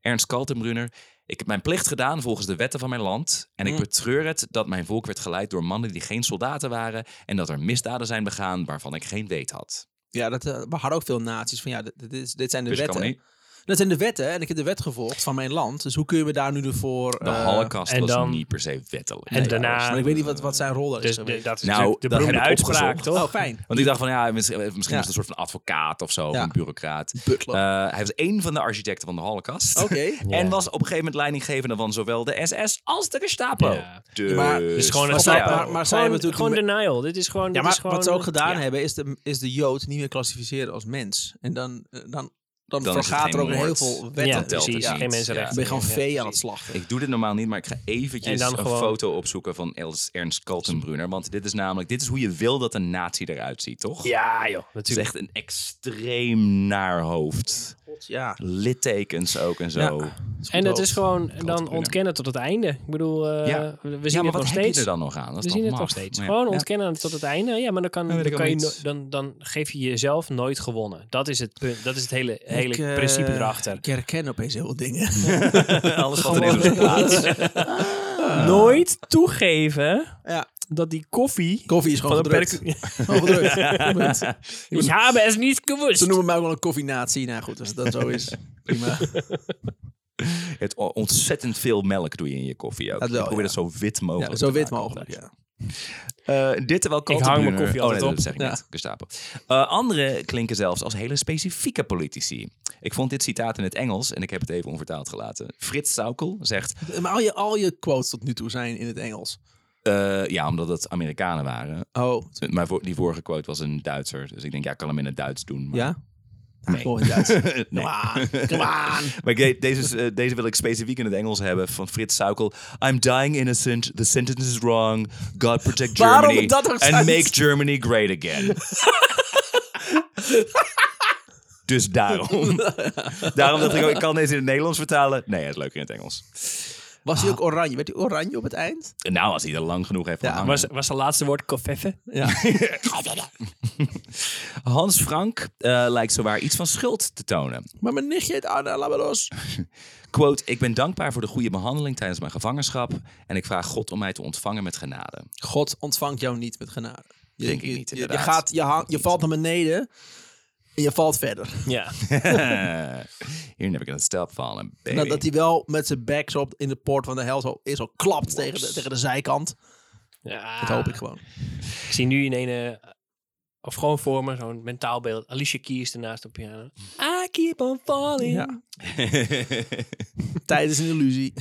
C: Ernst Kaltenbrunner. Ik heb mijn plicht gedaan volgens de wetten van mijn land. En ik
B: Mm.
C: betreur het dat mijn volk werd geleid door mannen die geen soldaten waren. En dat er misdaden zijn begaan waarvan ik geen weet had.
B: Ja, dat, eh, we hadden ook veel naties van ja, dit, dit is, dit zijn de
C: Dus ik kan
B: wetten.
C: me niet.
B: Dat zijn de wetten en ik heb de wet gevolgd van mijn land. Dus hoe kun je me daar nu door voor...
C: De
B: eh,
C: Holocaust
A: en
C: was
A: dan-
C: niet per se wettelijk.
A: en daarna...
B: Maar ik weet niet wat, wat zijn rol daar is
A: dus de-
B: geweest.
A: dat is
C: Nou,
A: natuurlijk de
C: dat heb
A: beroemde
C: ik
A: uitspraak,
C: opgezocht.
A: toch?
B: Oh, fijn.
C: Want ik dacht van ja, misschien, misschien was
B: Ja.
C: het een soort van advocaat of zo, of
B: Ja.
C: een bureaucraat.
B: Butler.
C: Eh, hij was één van de architecten van de Holocaust.
B: Oké.
C: En was op een gegeven moment leidinggevende van zowel de SS als de Gestapo.
A: Ja.
C: Dus, nou,
B: Maar-
A: Dus gewoon
C: fuck
A: een
B: Maar-
C: jou.
B: maar- maar- zijn
A: gewoon,
B: we natuurlijk
A: gewoon denial. Dit is gewoon...
B: Ja,
A: dit
B: maar
A: is gewoon,
B: wat ze ook gedaan
A: ja.
B: hebben is de, is de Jood niet meer klassificeren als mens. En dan, eh, dan, dan,
C: Dan is het
B: vergaat er
C: geen
B: ook heel
C: moord.
B: veel
A: Ja,
B: wetten.
C: Dat telt
A: precies.
C: dus niet.
A: Geen
B: Ik
A: mensenrechten.
B: ben je gewoon
A: Ja,
B: vee aan
A: precies.
B: het slachten.
C: Ik doe dit normaal niet, maar ik ga
A: En
C: eventjes
A: dan
C: een
A: gewoon-
C: foto opzoeken van Els- Ernst Kaltenbrunner. Want dit is namelijk, dit is hoe je wil dat een nazi eruit ziet, toch?
A: Ja, joh.
C: Het is
A: Natuurlijk.
C: echt een extreem naar hoofd.
B: Ja.
C: Littekens ook en zo.
B: Ja.
A: En het is gewoon dan
C: Kaltenbrunner.
A: ontkennen tot het einde. Ik bedoel, eh,
C: Ja.
A: we zien
C: Ja, maar
A: het
C: wat
A: nog
C: heb je
A: steeds.
C: er dan nog aan? Dat
A: We
C: is
A: zien
C: nog
A: het nog
C: maar-
A: steeds.
C: maar ja.
A: Gewoon
C: Ja.
A: ontkennen tot het einde. Ja, maar dan, kan,
C: weet
A: dan,
C: ik
A: kan
C: ook
A: je,
C: niet.
A: no- dan, dan geef je jezelf nooit gewonnen. Dat is het, punt, dat is het hele, hele
B: Ik, eh,
A: principe erachter.
B: Ik herken opeens heel veel dingen.
C: Alles wat erin is plaats.
A: Nooit toegeven
B: ja.
A: dat die koffie...
B: Koffie is gewoon
A: Van een
B: gedrukt. Gewoon gedrukt. Punt.
A: Ik heb het niet
B: Ze
A: gewusst.
B: noemen mij ook wel een koffianatie. Nou goed, als dat zo is. prima.
C: Het o- ontzettend veel melk doe je in je koffie ook.
B: Dat wel,
C: ik probeer
B: ja.
C: dat zo wit
B: ja,
C: mogelijk
B: zo
C: te
B: wit
C: maken
B: mogelijk.
C: altijd.
B: Ja.
C: Eh, dit terwijl
A: hang
C: Kaltenbrunner-
A: mijn koffie altijd
C: oh, nee,
A: op.
C: dat zeg ik
B: Ja.
C: niet. Gestapo. Eh, anderen klinken zelfs als hele specifieke politici. Ik vond dit citaat in het Engels en ik heb het even onvertaald gelaten. Frits Saukel zegt...
B: Maar al je, al je quotes tot nu toe zijn in het Engels.
C: eh, ja, omdat het Amerikanen waren.
B: Oh,
C: Maar voor, die vorige quote was een Duitser. Dus ik denk, ja, ik kan hem in het Duits doen. Maar
B: ja?
C: Nee.
B: Gewoon in het Duits.
C: Nee.
B: Come on, come on.
C: Maar ik deed- deze, is, eh, deze wil ik specifiek in het Engels hebben van Frits Saukel. I'm dying innocent. The sentence is wrong. God protect
B: Waarom
C: Germany.
B: dat ook
C: and
B: zijn?
C: make Germany great again. dus daarom. daarom dacht ik ook, ik kan deze in het Nederlands vertalen. Nee, het is leuk in het Engels.
B: Was
C: Ah.
B: hij ook oranje? Werd hij oranje op het eind?
C: Nou, als hij er lang genoeg heeft
B: Ja,
C: gehangen.
A: Was, was zijn laatste woord koffeffe?
B: Ja.
C: Hans Frank eh, lijkt zowaar iets van schuld te tonen.
B: maar mijn nichtje heet Anna, laat me los.
C: Quote, ik ben dankbaar voor de goede behandeling tijdens mijn gevangenschap en ik vraag God om mij te ontvangen met genade.
B: God ontvangt jou niet met genade. Je,
C: Denk ik
B: je-
C: niet,
B: je- Je,
C: inderdaad.
B: gaat, je, hang- je valt naar beneden en je valt verder.
A: Ja.
C: You're never gonna stop falling, baby.
A: Nou,
B: Nou, Dat, dat hij wel met zijn back zo op- in de poort van de hel zo, is al klapt tegen de, tegen de zijkant.
A: ja.
C: Ah.
B: Dat hoop ik gewoon.
A: Ik zie nu in een, eh, of gewoon voor me, zo'n mentaal beeld. Alicia Keys ernaast op piano. I keep on falling.
B: Ja. Tijd is een illusie.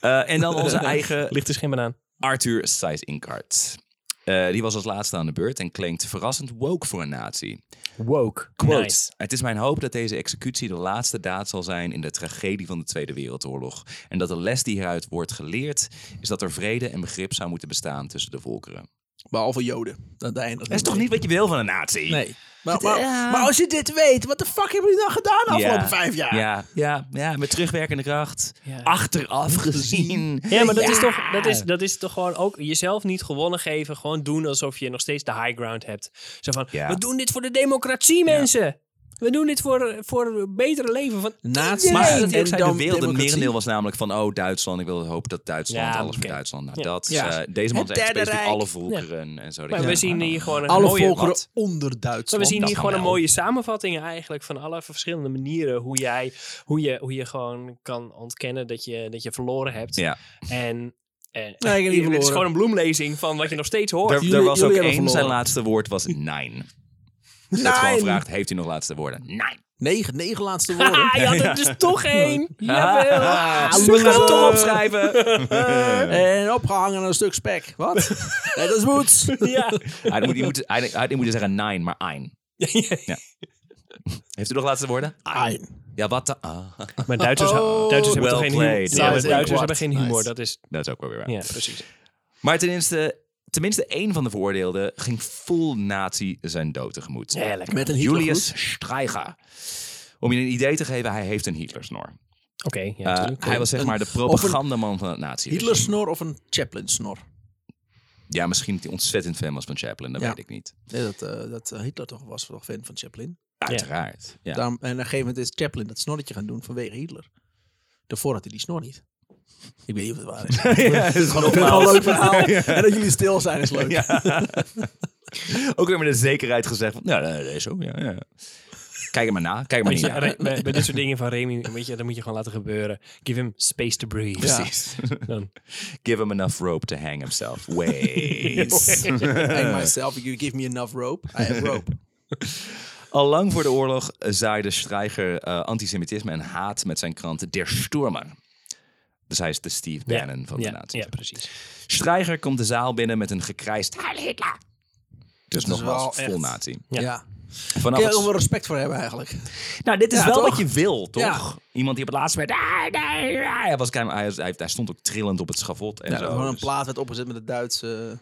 C: Eh, en dan onze eigen
A: Ligt er schimmen aan.
C: Arthur Seyss-Inquart. Eh, die was als laatste aan de beurt en klinkt verrassend woke voor een nazi.
A: Woke.
C: Quote,
A: Nice.
C: Het is mijn hoop dat deze executie de laatste daad zal zijn in de tragedie van de Tweede Wereldoorlog. En dat de les die hieruit wordt geleerd, is dat er vrede en begrip zou moeten bestaan tussen de volkeren.
B: Behalve Joden. Dat dat eindigt
C: Dat is toch niet wat je wil van een nazi?
B: Nee. Maar, maar, maar als je dit weet, wat de fuck hebben jullie dan gedaan de afgelopen vijf jaar?
C: Ja, ja, ja, met terugwerkende kracht.
A: Ja.
C: Achteraf gezien.
A: Ja, maar dat, Is toch, dat, is, dat is toch gewoon ook jezelf niet gewonnen geven. Gewoon doen alsof je nog steeds de high ground hebt. Zo van,
C: Ja.
A: we doen dit voor de democratie, mensen. We doen dit voor, voor een betere leven van
B: Naast
A: iedereen.
B: Nee,
C: Maar dat
B: en
C: ook zei, de
B: dan
C: wereld, het
B: democratie.
C: merendeel was namelijk van, oh, Duitsland, ik wil hopen dat Duitsland,
A: Ja,
C: alles voor
A: oké.
C: Duitsland. Nou,
A: Ja.
C: dat,
B: Ja.
C: eh, deze man
B: Het
C: zegt
B: Derde
C: specifiek
B: Rijk.
C: alle volkeren en zo.
A: Maar we zien hier gewoon een
B: Alle
A: mooie...
B: volkeren
A: Wat?
B: onder
A: Maar
B: Duitsland.
A: we zien
C: dat nou-
A: hier
C: dan
A: gewoon een
C: wel.
A: mooie samenvatting eigenlijk van alle verschillende manieren hoe, jij, hoe, je, hoe je gewoon kan ontkennen dat je, dat je verloren hebt.
C: Ja.
A: En, en
B: Nee, ik heb niet
A: het is
B: verloren.
A: gewoon een bloemlezing van wat je nog steeds hoort.
C: Er,
B: Jullie-
C: er was ook
B: jullie hebben
C: één, zijn
B: verloren.
C: laatste woord was nein. Dus Dat
B: Nein.
C: gewoon vraagt, heeft u nog laatste woorden? Nein.
B: Negen, negen laatste woorden.
A: Ah, je had er dus toch één. Jawel.
C: Ah,
A: Super.
C: we gaan het toch
B: loser.
C: opschrijven.
B: En opgehangen aan een stuk spek. Wat? nee, dat is moeds.
A: Ja.
C: hij moet, hij moet, hij, hij moet dus zeggen nein, maar ein. Ja. Heeft u nog laatste woorden?
B: Ein.
C: Ja, wat de... ah.
A: Maar Duitsers,
B: Oh,
A: Duitsers hebben toch
C: well
A: geen humor?
C: played.
A: Ja,
C: Nice.
A: maar Duitsers
B: Nice.
A: hebben geen humor.
B: Nice.
A: Dat is,
C: Dat is ook wel weer waar.
A: ja, precies.
C: Maar tenminste, tenminste één van de veroordeelden ging full nazi zijn dood tegemoet.
A: Ja, lekker.
B: Met een
C: Julius
B: Julius.
C: Streicher. Om je een idee te geven, hij heeft een Hitlersnor.
A: Oké, ja,
C: Eh,
A: natuurlijk.
C: hij was zeg maar de propagandaman van het nazi
B: Hitler-snor of een Chaplin-snor?
C: Ja, misschien dat hij ontzettend fan was van Chaplin, dat
B: Ja.
C: weet ik niet.
B: Nee, dat, eh, dat eh, Hitler toch was toch fan van Chaplin.
C: Uiteraard. Ja.
B: Daarom, en op een gegeven moment is Chaplin dat snorretje gaan doen vanwege Hitler. Daarvoor had hij die snor niet. Ik weet niet of het waar is. Ik
C: Ja, het is gewoon
B: vind het wel
C: opgehaald.
B: een leuk verhaal. En dat jullie stil zijn is leuk.
C: Ook weer met een zekerheid gezegd van, nou, dat is zo. Ja, ja. Kijk er maar na, kijk er maar
A: Weet
C: niet
A: je,
C: na.
A: Re- bij, bij dit soort dingen van Remy, weet je, dat moet je gewoon laten gebeuren. Give him space to breathe.
B: Ja.
C: Precies.
A: Dan.
C: Give him enough rope to hang himself. Wait.
B: Hang myself, you give me enough rope. I have rope.
C: Al lang voor de oorlog eh, zaaide Streicher eh, antisemitisme en haat met zijn krant Der Stürmer. Dus hij is de Steve
A: Ja.
C: Bannon van de
A: ja,
C: nazi.
A: Ja, precies.
C: Streicher komt de zaal binnen met een gekrijsd Heil Hitler. Dus
B: is wel
C: nogmaals, vol
B: echt-
C: nazi.
A: Ja.
B: Ja.
C: Vanaf
B: Kun je
C: het-
B: er wel respect voor hebben eigenlijk.
C: Nou, dit is
B: Ja,
C: wel
B: toch?
C: wat je wil, toch?
B: Ja.
C: Iemand die op het laatste werd... "Ah, nee, ah." Hij, was, keihard- hij, hij, hij stond ook trillend op het schavot en
B: Ja,
C: zo.
B: gewoon een
C: Dus-
B: plaat werd opgezet met het Duitse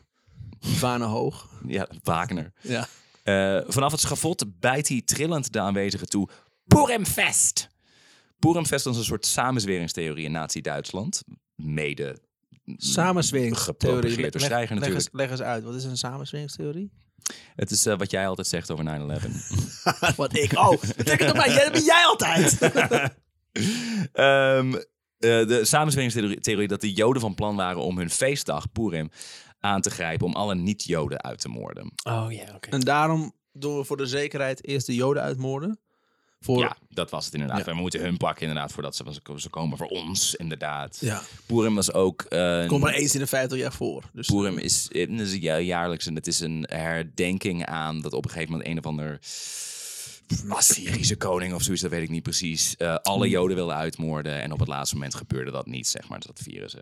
B: Ivana Hoog.
C: Ja, Wagner.
B: Ja.
C: Eh, vanaf het schavot bijt hij trillend de aanwezigen toe. Purimfest! Purimfest was een soort samenzweringstheorie in Nazi-Duitsland. Mede
B: Samensweringstheorie.
C: gepropageerd door
B: Leg-
C: Steiger
B: leg, eens,
C: natuurlijk.
B: leg eens uit, wat is een samensweringstheorie?
C: Het is eh, wat jij altijd zegt over 9-11.
B: wat ik, oh, betekent op mij, jij- dat ben jij altijd.
C: Ehm, eh, de samenzweringstheorie theorie dat de Joden van plan waren om hun feestdag, Purim, aan te grijpen om alle niet-Joden uit te moorden.
A: Oh ja, oké.
B: en daarom doen we voor de zekerheid eerst de joden uitmoorden. Voor,
C: Ja, dat was het inderdaad. Wij moeten hun pakken inderdaad voordat ze, ze komen voor ons, inderdaad.
B: Ja.
C: Purim was ook... eh,
B: Komt maar eens in de 50 jaar voor. Dus
C: Purim is, eh, dat is ja- jaarlijks en het is een herdenking aan dat op een gegeven moment een of ander Assyrische koning of zoiets, dat weet ik niet precies, eh, alle
B: Hmm.
C: Joden wilde uitmoorden en op het laatste moment gebeurde dat niet, zeg maar, dus dat vieren ze.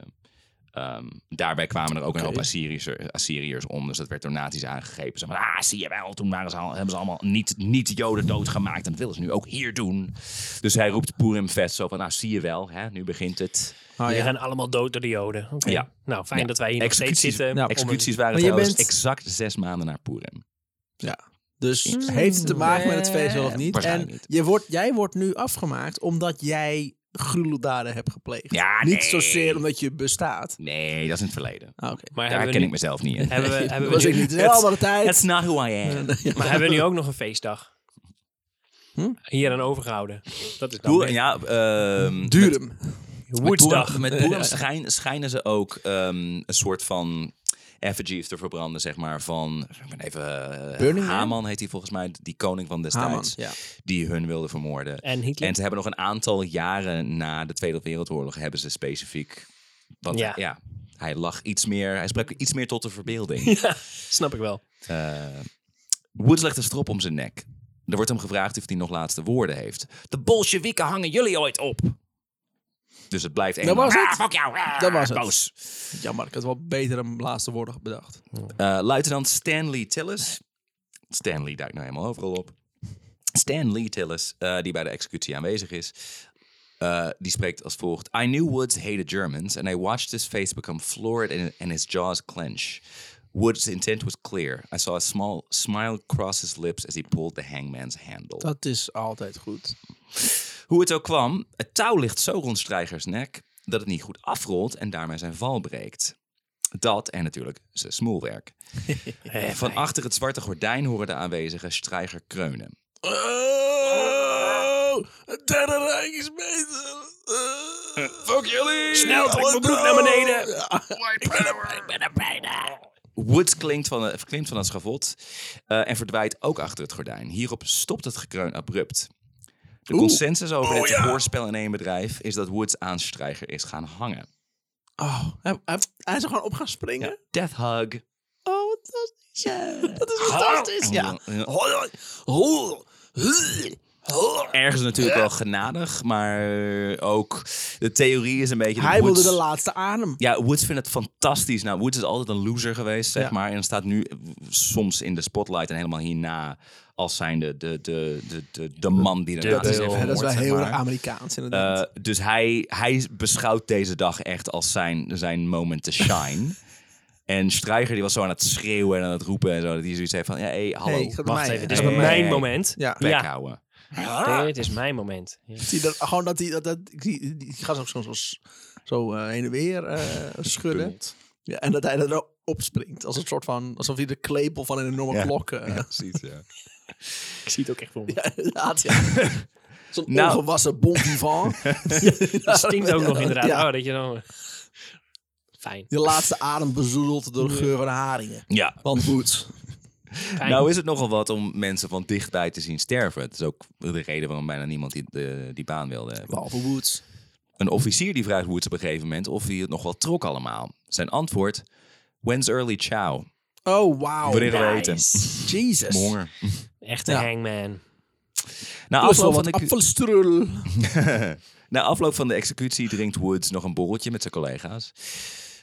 C: Ehm, daarbij kwamen er ook een hoop Assyriërs, Assyriërs om, dus dat werd door naties aangegrepen. Zeg maar, ah, zie je wel, toen waren ze al, hebben ze allemaal niet- niet-Joden doodgemaakt en dat willen ze nu ook hier doen. Dus hij roept Purim Fest zo van, nou zie je wel, hè, nu begint het.
B: Ah,
A: Die
B: ja.
A: gaan allemaal dood door de Joden. Oké.
C: oh, Ja.
A: Nou, fijn
C: Ja.
A: dat wij hier nog steeds
C: Executies-
A: zitten.
B: Ja.
A: om
C: Executies waren
B: Maar je
C: trouwens
B: bent-
C: exact zes maanden na Purim.
B: ja. dus heeft het te maken met het feest wel of niet? En
C: Waarschijnlijk niet.
B: Je wordt, jij wordt nu afgemaakt omdat jij gruweldaden hebt gepleegd.
C: Ja,
B: niet
C: nee.
B: zozeerd omdat je bestaat.
C: Nee, dat is in het verleden.
B: Ah, oké.
A: het- Maar
C: Daar
A: hebben we
C: ken
A: nu-
C: ik mezelf niet in.
A: Hebben we, hebben
B: Dat
A: we
B: was
A: nu-
B: ik niet.
C: Het-
B: Wel, maar de tijd.
C: That's not who I am.
A: Maar hebben we nu ook nog een feestdag?
B: Hm?
A: Hier aan overgehouden. Dat is dan
C: Boer,
A: weer-
C: ja, ehm, met-
B: Durum.
C: Met
A: Woensdag.
C: Boeren, met Boeren schijn- schijnen ze ook ehm, een soort van effigies te verbranden, zeg maar, van ik ben even, eh,
B: Burning Man?
C: Haman heet hij volgens mij, die koning van
B: Haman,
C: destijds,
B: ja.
C: die hun wilde vermoorden.
A: En Hitler.
C: En ze hebben nog een aantal jaren na de Tweede Wereldoorlog hebben ze specifiek, want
A: Ja.
C: ja, hij lag iets meer, hij sprak iets meer tot de verbeelding.
A: Snap ik wel.
C: Eh, Woods legt een strop om zijn nek. Er wordt hem gevraagd of hij nog laatste woorden heeft. De Bolsjewieken hangen jullie ooit op. Dus het blijft eenmaal.
B: was
C: "Ah,
B: het.
C: fuck jou. ah,
B: Dat was het.
C: Boos.
B: Jammer, ik had wel beter een laatste woorden bedacht.
C: Eh, luitenant Stanley Tillis. Stanley duikt nou helemaal overal op. Stanley Tillis, eh, die bij de executie aanwezig is. eh, die spreekt als volgt. I knew Woods hated Germans and I watched his face become florid and, and his jaws clench. Woods' intent was clear. I saw a small smile cross his lips as he pulled the hangman's handle.
B: Dat is altijd goed.
C: Hoe het ook kwam, het touw ligt zo rond Strijgers nek dat het niet goed afrolt en daarmee zijn val breekt. Dat en natuurlijk zijn smoelwerk. Eh, Van achter het zwarte gordijn horen de aanwezigen Strijger kreunen.
B: Oh, het derde rijk is beter.
C: Fuck jullie!
A: Eh. Snel, trek mijn broek naar beneden.
B: nou? Ik ben er bijna.
C: Woods klimt van, het- klimt van het schavot eh, en verdwijnt ook achter het gordijn. Hierop stopt het gekreun abrupt. De consensus over
B: Oh,
C: dit hoorspel in één bedrijf is dat Woods aan Strijger is gaan hangen.
B: Oh, hij, hij, hij is er gewoon op gaan springen.
C: Death hug.
B: Oh, wat fantastisch. Dat is fantastisch. Ja.
C: ergens natuurlijk
B: Eh.
C: wel genadig, maar ook de theorie is een beetje. dat
B: Hij wilde
C: Woods-
B: de laatste adem.
C: Ja, Woods vindt het fantastisch. Nou, Woods is altijd een loser geweest, zeg
B: Ja.
C: maar. En staat nu soms in de spotlight en helemaal hierna als zijnde de, de, de, de, de man die ernaast
A: beul.
C: is
A: Ja,
B: Ja, dat is
C: vermoord,
B: wel
C: zeg
B: heel
C: maar.
B: erg Amerikaans, inderdaad.
C: Eh, dus hij, hij beschouwt deze dag echt als zijn, zijn moment to shine. en Strijger die was zo aan het schreeuwen en aan het roepen en zo. Dat hij zoiets heeft van, ja, hey, hallo,
B: Hey,
A: Wacht
B: gaat mij,
A: even,
B: hè?
A: dit is
C: Hey.
A: mijn moment.
B: Ja.
C: bek
A: ja.
C: houden.
A: Nee, dit is mijn moment. Ja.
B: Zie dat, gewoon dat hij, dat, dat, ik zie, die gaat ook soms als- zo eh, heen en weer eh, schudden.
C: Bungelt.
B: Ja, en dat hij erop springt. Als een soort van, alsof hij de klepel van een enorme
C: Ja.
B: klok... eh,
C: Ja, precies, ja.
A: Ik zie het ook echt voor me.
B: Ja, inderdaad, ja. Zo'n
C: Nou.
B: ongewassen bon vivant.
A: Het stinkt ook nog inderdaad.
B: Ja.
A: Oh, dat je dan... Fijn.
B: Je laatste adem bezoedeld door de geur van haringen.
C: Ja,
B: Want Woods.
A: fijn.
C: Nou is het nogal wat om mensen van dichtbij te zien sterven. Dat is ook de reden waarom bijna niemand die, de, die baan wilde hebben.
B: Behalve Woods.
C: Een officier die vraagt Woods op een gegeven moment of hij het nog wel trok allemaal. Zijn antwoord, when's early chow?
B: Oh, wauw.
C: Wanneer we eten?
B: Jesus.
C: Mijn Honger.
A: Echte
B: Ja.
A: hangman.
C: Na
B: Dat is wel
C: afloop, van
B: wat
C: de,
B: appelstrul.
C: na afloop van de executie drinkt Woods nog een borreltje met zijn collega's.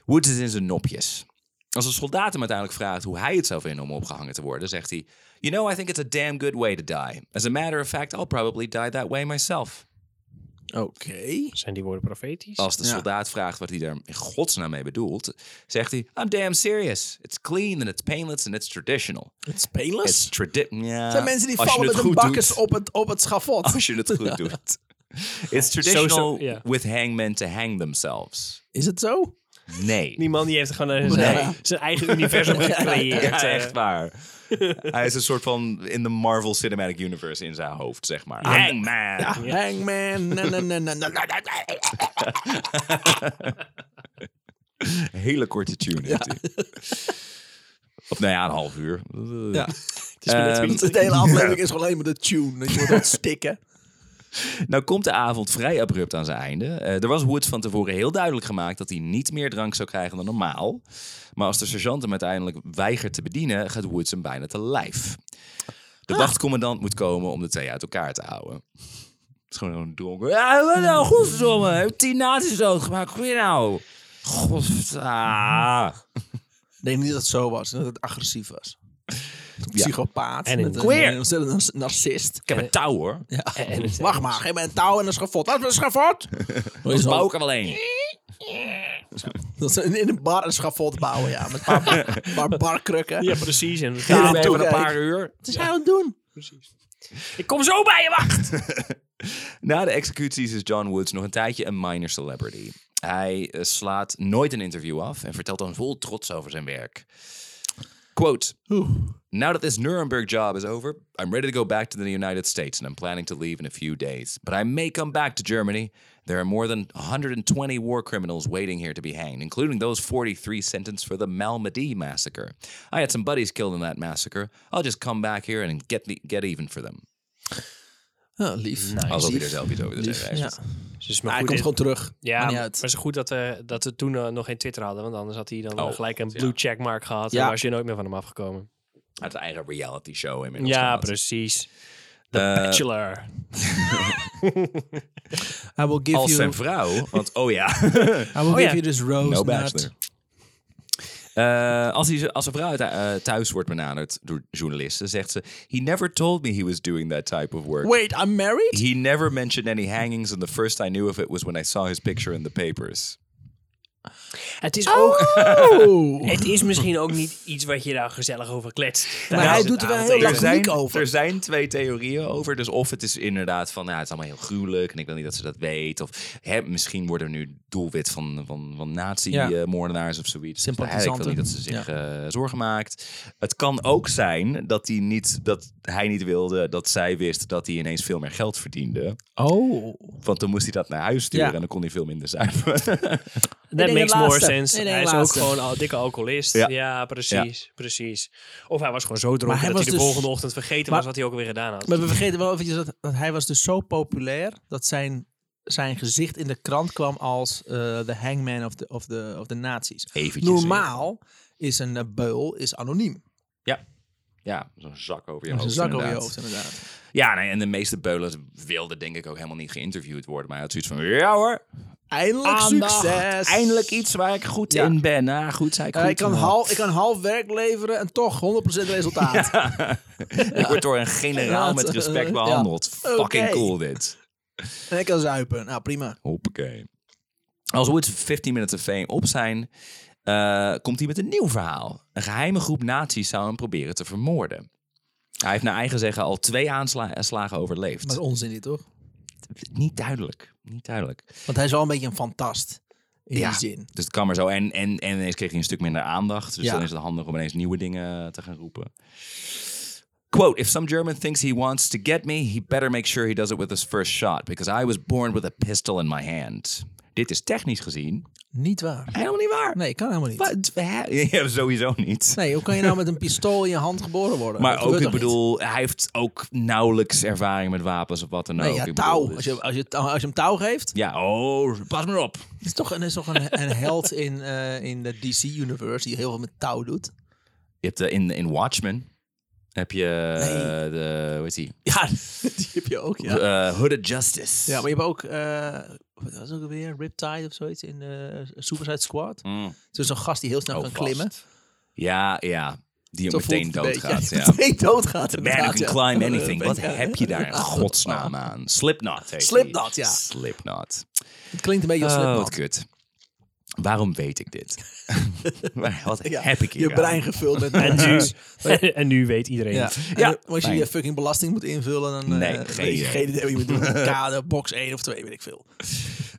C: Woods is in zijn nopjes. Als een soldaat hem uiteindelijk vraagt hoe hij het zou vinden om opgehangen te worden, zegt hij... You know, I think it's a damn good way to die. As a matter of fact, I'll probably die that way myself.
B: Oké.
A: Zijn die woorden profetisch?
C: Als de
B: Ja.
C: soldaat vraagt wat hij daar in godsnaam mee bedoelt, zegt hij: I'm damn serious. It's clean and it's painless and it's traditional.
B: Het is painless.
C: It's traditional.
B: zijn mensen die
C: eh,
B: vallen met hun bakkes op het, op het schavot.
C: Als je het goed doet. It's
A: Zo,
C: traditional
A: zo, ja.
C: with hangmen to hang themselves.
B: Is het zo?
C: Nee.
A: Die man die heeft gewoon eh,
B: Nee.
A: zijn, zijn eigen universum gecreëerd.
C: Ja,
A: eh.
C: echt waar. Hij is een soort van in de Marvel Cinematic Universe in zijn hoofd, zeg maar. Hangman.
B: Hangman. na, na, na, na, na, na, na, na.
C: Hele korte tune heeft hij. Of nou ja, een half uur.
B: Ja.
A: Het is me net
C: Ehm,
A: wie-
B: Dus de hele aflevering is gewoon alleen maar de tune. Dat je wordt aan het stikken.
C: Nou komt de avond vrij abrupt aan zijn einde. Eh, er was Woods van tevoren heel duidelijk gemaakt dat hij niet meer drank zou krijgen dan normaal. Maar als de sergeant hem uiteindelijk weigert te bedienen, gaat Woods hem bijna te lijf. De wachtcommandant moet komen om de twee uit elkaar te houden. Het is gewoon een dronken. Ja, wat nou, godverdomme. Heb tien nazi's doodgemaakt. Goeie nou. Godverdomme.
B: Nee, niet dat het zo was. Dat het agressief was. Een
C: Ja.
B: psychopaat.
A: En een
B: met
C: queer.
B: Een ontzettend narcist.
C: Ik heb een touw, hoor.
B: Ja.
A: en het-
B: Wacht maar, geef mij een touw en een schavot. Wat is een schavot?
C: Dat bouw ik er wel één.
B: Dat ze in- in een bar een schavot bouwen, ja. Met een paar, paar barkrukken.
A: Ja, precies. En
C: Ja,
B: Ja,
C: we hebben een
B: toekijk.
C: paar uur.
B: Wat is hij aan het doen?
A: Ik kom zo bij je, wacht!
C: Na de executies is John Woods nog een tijdje een minor celebrity. Hij eh, slaat nooit een interview af en vertelt dan vol trots over zijn werk. Quote, Now that this Nuremberg job is over, I'm ready to go back to the United States and I'm planning to leave in a few days. But I may come back to Germany. There are more than 120 war criminals waiting here to be hanged, including those 43 sentenced for the Malmedy massacre. I had some buddies killed in that massacre. I'll just come back here and get, the, get even for them.
B: Ja, lief.
C: Alsof Nou, hij
B: Lief.
C: er zelf iets over te zeggen heeft.
B: Ja.
A: Ze is
B: Maar
A: maar
B: hij
A: goed
B: komt
A: in-
B: gewoon terug.
A: ja,
B: Maakt
A: maar
B: niet
A: maar
B: uit.
A: het is goed dat we, dat we toen eh, nog geen Twitter hadden, want anders had hij dan eh,
C: Oh,
A: gelijk een
C: ja.
A: blue checkmark gehad
B: Ja.
A: en was je nooit meer van hem afgekomen.
C: Uit zijn eigen reality show inmiddels.
A: Ja,
C: gehad.
A: precies. The
C: Eh,
A: Bachelor.
B: I will give
C: Als
B: you,
C: zijn vrouw, want oh ja.
B: I will give
A: ja.
B: you this rose
C: no
B: nut.
C: bachelor. Eh, als, hij, als zijn vrouw thu- eh, thuis wordt benaderd door journalisten, zegt ze: He never told me he was doing that type of work.
B: Wait, I'm married?
C: He never mentioned any hangings, and the first I knew of it was when I saw his picture in the papers.
A: Het is, ook,
B: Oh.
A: het is misschien ook niet iets wat je daar gezellig over kletst.
B: Maar hij doet er wel heel
C: Er
B: lang
C: zijn,
B: niet over.
C: er zijn twee theorieën over. Dus of het is inderdaad van, nou, het is allemaal heel gruwelijk en ik wil niet dat ze dat weet. Of hè, misschien worden we nu doelwit van, van, van
B: Ja.
C: nazi-moordenaars of zoiets. Dus nou, hè, ik wil
B: Sympathisanten.
C: niet dat ze zich eh, zorgen maakt. Het kan ook zijn dat hij, niet, dat hij niet wilde dat zij wist dat hij ineens veel meer geld verdiende.
B: Oh.
C: Want dan moest hij dat naar huis sturen
B: Ja.
C: en dan kon hij veel minder zuipen.
A: That
B: denk
A: makes
B: de
A: more
B: laatste.
A: sense.
B: Ik denk
A: hij
B: de
A: is ook
B: laatste.
A: gewoon al dikke alcoholist.
C: Ja.
A: Ja, precies, precies. Of hij was gewoon zo
B: Maar
A: dronken
B: hij
A: dat hij de
B: was dus-
A: volgende ochtend vergeten
B: Maar-
A: was wat hij ook weer gedaan had.
B: Maar we vergeten wel eventjes dat, dat hij was dus zo populair dat zijn, zijn gezicht in de krant kwam als eh the hangman of the, of the, of the nazi's.
C: Eventjes.
B: Normaal is een eh, beul is anoniem. Dus
C: Ja, zo'n zak over je
B: Met
C: hoofd.
B: een zak over je
C: inderdaad.
B: hoofd inderdaad.
C: Ja, nee, en de meeste beulen wilden denk ik ook helemaal niet geïnterviewd worden. Maar hij had zoiets van, ja hoor,
B: Eindelijk
C: Aandacht.
B: succes.
C: eindelijk iets waar ik goed
B: Ja.
C: in ben. Nou, goed, zei ik
B: Eh,
C: goed.
B: ik, kan
C: maar-
B: half, ik kan half werk leveren en toch 100% resultaat.
C: Ik word door een generaal met
B: Ja.
C: respect
B: Ja.
C: behandeld.
B: Oké.
C: Fucking cool dit.
B: En ik kan zuipen. Nou, prima.
C: Hoppakee. Als Woods 15 minuten of fame op zijn, eh, komt hij met een nieuw verhaal. Een geheime groep nazi's zou hem proberen te vermoorden. Hij heeft naar eigen zeggen al twee aanslagen
B: Dat is
C: overleefd.
B: onzin dit, toch?
C: Niet duidelijk. Niet duidelijk.
B: Want hij is wel een beetje een fantast. In
C: Ja.
B: die zin.
C: Dus het kan maar zo. En, en, en ineens kreeg hij een stuk minder aandacht. Dus
B: Ja.
C: dan is het handig om ineens nieuwe dingen te gaan roepen. Quote, if some German thinks he wants to get me, he better make sure he does it with his first shot. Because I was born with a pistol in my hand. Dit is technisch gezien
B: Niet waar.
C: helemaal niet waar.
B: Nee, kan helemaal niet.
C: Wat? Hè? Ja, sowieso niet.
B: Nee, hoe kan je nou met een pistool in je hand geboren worden?
C: Maar
B: Dat
C: ook,
B: gebeurt
C: ik
B: toch niet?
C: bedoel, hij heeft ook nauwelijks ervaring met wapens of wat dan
B: Nee,
C: ook.
B: ja,
C: Ik
B: touw.
C: bedoel, dus-
B: als, je, als, je, touw- als je hem touw geeft.
C: Ja, oh, pas maar op.
B: Is toch, een- is toch een, een held in, eh, in de DC-universe die heel veel met touw doet.
C: Je hebt eh, in, in Watchmen, heb je eh,
B: Nee.
C: de, hoe heet die?
B: Ja, die heb je ook, ja.
C: Eh, Hooded Justice.
B: Ja, maar je hebt ook, eh, wat was het ook weer? Riptide of zoiets in eh Suicide Squad.
C: Mm.
B: Dus zo'n gast die heel snel
C: Oh,
B: kan
C: vast.
B: klimmen.
C: Ja, ja. Die ook
B: Zo voelt
C: meteen
B: het een beetje.
C: doodgaat.
B: Ja,
C: Ja.
B: meteen doodgaat.
C: The man who
B: inderdaad,
C: can
B: ja. Eh,
C: climb anything. Wat
B: Ja. Ah,
C: heb je daar in godsnaam aan? Slipknot heet
B: Slipknot,
C: die.
B: ja.
C: Slipknot.
B: Het klinkt een beetje als
C: Oh,
B: Slipknot.
C: wat kut. Waarom weet ik dit? Maar wat
B: Ja,
C: heb ik hier
B: Je brein gevuld met
A: en, nu, en nu weet iedereen.
B: Ja.
A: het.
B: ja.
C: Ja.
B: als je
C: Fijn.
B: je fucking belasting moet invullen, dan eh,
C: Nee,
B: weet
C: geen
B: je
C: idee.
B: geen idee wat je moet doen. Kade, box 1 of 2, weet ik veel.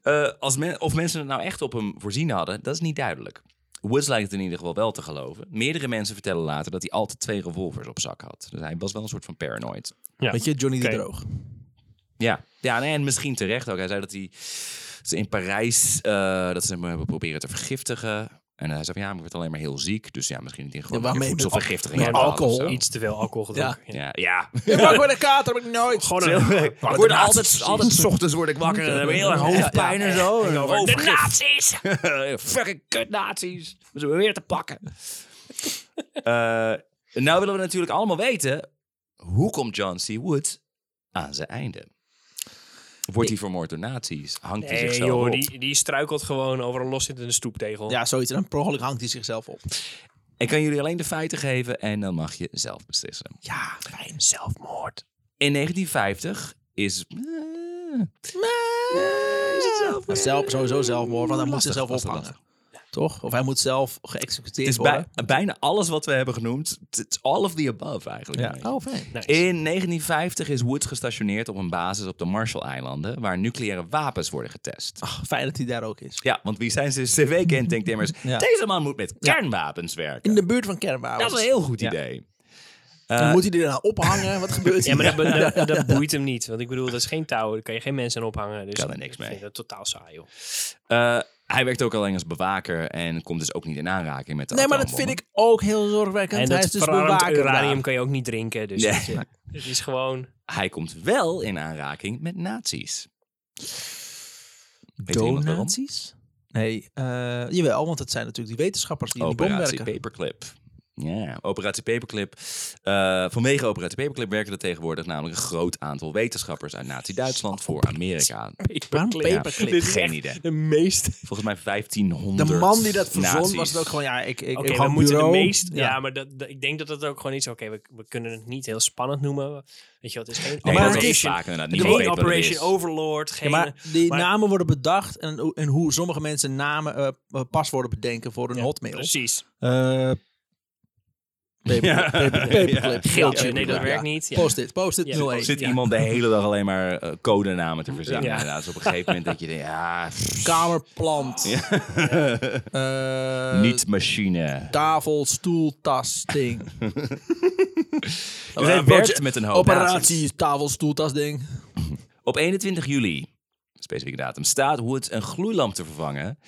C: Eh, als men, of mensen het nou echt op hem voorzien hadden, dat is niet duidelijk. Woods lijkt het in ieder geval wel te geloven. Meerdere mensen vertellen later dat hij altijd twee revolvers op zak had. Dus hij was wel een soort van paranoid.
A: Ja.
B: Weet je, Johnny
A: Oké.
B: de Droog.
C: Ja, ja nee, en misschien terecht ook. Hij zei dat hij dat ze in Parijs eh, dat ze hem hebben proberen te eh, vergiftigen. En hij zei van ja, maar ik werd alleen maar heel ziek. Dus ja, misschien niet in gewoon
B: Ja, waarmee?
C: voedsel
B: Met-
C: vergiftiging.
A: met
B: alcohol?
C: Ja,
A: Iets te veel alcohol gedronken. Ja.
C: ja. ja.
B: Ik pak weer een kater, heb ik nooit.
A: Gewoon een
C: ik word altijd, altijd 's ochtends word ik wakker en dan heb ik heel erg hoofdpijn en zo. En
A: over
C: over
A: de
C: nazi's! Fucking kut nazi's! We zijn weer te pakken. Eh, nou willen we natuurlijk allemaal weten, hoe komt John C. Wood aan zijn einde? Wordt hij vermoord door nazi's? Hangt hij
A: Nee,
C: zichzelf
A: joh,
C: op?
A: die, die struikelt gewoon over een loszittende stoeptegel.
B: Ja, zoiets. En dan per ongeluk hangt hij zichzelf op.
C: Ik kan jullie alleen de feiten geven en dan mag je zelf beslissen.
B: Ja, fijn. Zelfmoord.
C: In 1950 is... eh, is het zelf?
B: Maar zelf, sowieso zelfmoord, want hij moet
C: Lastig,
B: zichzelf
C: lastig,
B: ophangen. Toch? Of hij moet zelf geëxecuteerd
C: Het is bij,
B: worden.
C: bijna alles wat we hebben genoemd. It's all of the above eigenlijk. een beetje.
B: Oh, fijn.
A: Nice.
C: In 1950 is Woods gestationeerd op een basis op de Marshall-eilanden... waar nucleaire wapens worden getest.
B: Ach, fijn dat hij daar ook is.
C: Ja, want wie zijn ze cv-kent denkt immers...
B: Ja.
C: deze man moet met kernwapens werken.
B: In de buurt van kernwapens.
C: Dat is een heel goed
B: Ja.
C: idee.
B: Dan moet hij er nou ophangen? Wat gebeurt
A: Ja,
B: hier?
A: maar dat, be- dat, dat boeit hem niet. Want ik bedoel, dat is geen touw. Daar kan je geen mensen aan ophangen. Dus
C: Kan er niks
A: ik vind
C: mee.
A: Dat totaal saai, joh.
C: Eh, hij werkt ook alleen als bewaker en komt dus ook niet in aanraking met de
B: Nee, maar dat vind ik ook heel zorgwekkend.
A: En
B: hij
A: dat
B: is dus
A: verarmd
B: bewaker
A: uranium
B: daar.
A: kan je ook niet drinken. Dus
C: Nee.
A: dat, eh, het is gewoon...
C: Hij komt wel in aanraking met nazi's. Weet er iemand waarom?
B: Donaties? Nee, eh, jawel, want het zijn natuurlijk die wetenschappers die in die bom
C: Operatie
B: werken.
C: Paperclip. Ja, Operatie Paperclip. Eh, vanwege Operatie Paperclip werken er tegenwoordig namelijk een groot aantal wetenschappers uit Nazi-Duitsland voor Amerika.
B: Waarom
A: Paperclip.
B: paperclip?
A: Dit is
C: Geen
A: echt
C: idee.
A: De meest...
C: Volgens mij 1500.
B: De man die dat verzon
C: nazi's.
B: was het ook gewoon, ja, ik, ik,
A: Oké,
B: ik
A: we
B: gewoon
A: moeten de
B: bureau.
A: meest... Ja, maar dat, dat- ik denk dat dat ook gewoon iets... Oké, we, we kunnen het niet heel spannend noemen. Weet je wat, het is geen
C: Nee,
B: Maar
C: dat
B: het
C: weet
B: is-
C: ik vaak inderdaad.
A: Geen
C: Niemand weet wat het
A: Operation
C: is.
A: Overlord.
B: Ja,
A: Geen,
B: maar die
A: maar-
B: namen worden bedacht en, hoe- en hoe sommige mensen namen, eh, eh, paswoorden bedenken voor hun hotmail.
A: Precies.
B: Eh, paper-
C: Ja.
B: paper- Paperclip.
A: Ja,
B: Geeltje,
A: nee, dat
B: ja.
A: werkt niet. Ja.
B: Post-it, post-it
A: Ja.
B: 01.
C: Zit
A: Ja.
C: iemand de hele dag alleen maar eh, codenamen te verzamelen.
A: Ja.
C: inderdaad. Dus op een gegeven moment dat je denkt, ja... pff,
B: Kamerplant. Eh,
C: Niet machine.
B: Tafel, stoel, tas, ding.
C: Dus hij werkt met een
B: Oh,
C: hoop nazi's.
B: Operatie, tafel, stoel, tas, ding.
C: Op 21 juli, specifieke datum, staat Woods een gloeilamp te vervangen.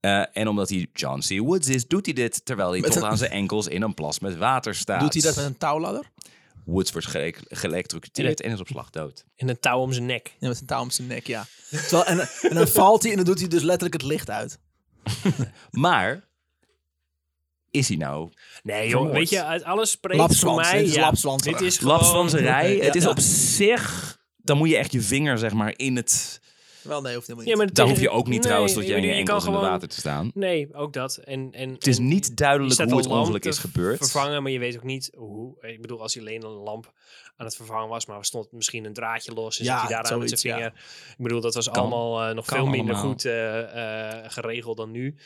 C: Eh, en omdat hij John C. Woods is, doet hij dit terwijl hij
B: Met
C: tot
B: een-
C: aan zijn enkels in een plas met water staat.
B: Doet hij dat met een touwladder?
C: Woods wordt gele- geëlectrocuteerd en is op slag dood.
A: En een touw om zijn nek.
B: Ja, met een touw om zijn nek, ja. Terwijl, en, en dan valt hij en dan doet hij dus letterlijk het licht uit.
C: Maar is hij nou
A: Nee, joh.
C: Vermoord.
A: Weet je, uit alles spreekt voor
B: Lapswans,
A: mij...
B: dit is
A: ja,
B: lapswans.
A: Dit is gewoon...
C: lapswanserij?
B: Ja,
C: het is
B: ja.
C: op zich. Dan moet je echt je vinger zeg maar in het.
B: Wel, nee, hoeft helemaal niet.
A: Ja, maar
C: Daar
A: tegen-
C: hoef je ook niet
A: nee,
C: trouwens tot je
A: ik
C: aan je
A: bedoel, kan
C: enkels in het
A: gewoon-
C: water te staan.
A: Nee, ook dat. En, en,
C: Het is niet duidelijk hoe het ongeluk
A: ongeluk
C: is gebeurd.
A: vervangen, maar je weet ook niet hoe. Ik bedoel, als hij alleen een lamp aan het vervangen was, maar er stond misschien een draadje los en
B: Ja,
A: zit hij daar aan met zijn
B: zoiets, ja.
A: vinger. Ik bedoel, dat was allemaal eh, nog
C: Kan
A: veel minder
C: allemaal.
A: goed eh, eh, geregeld dan nu.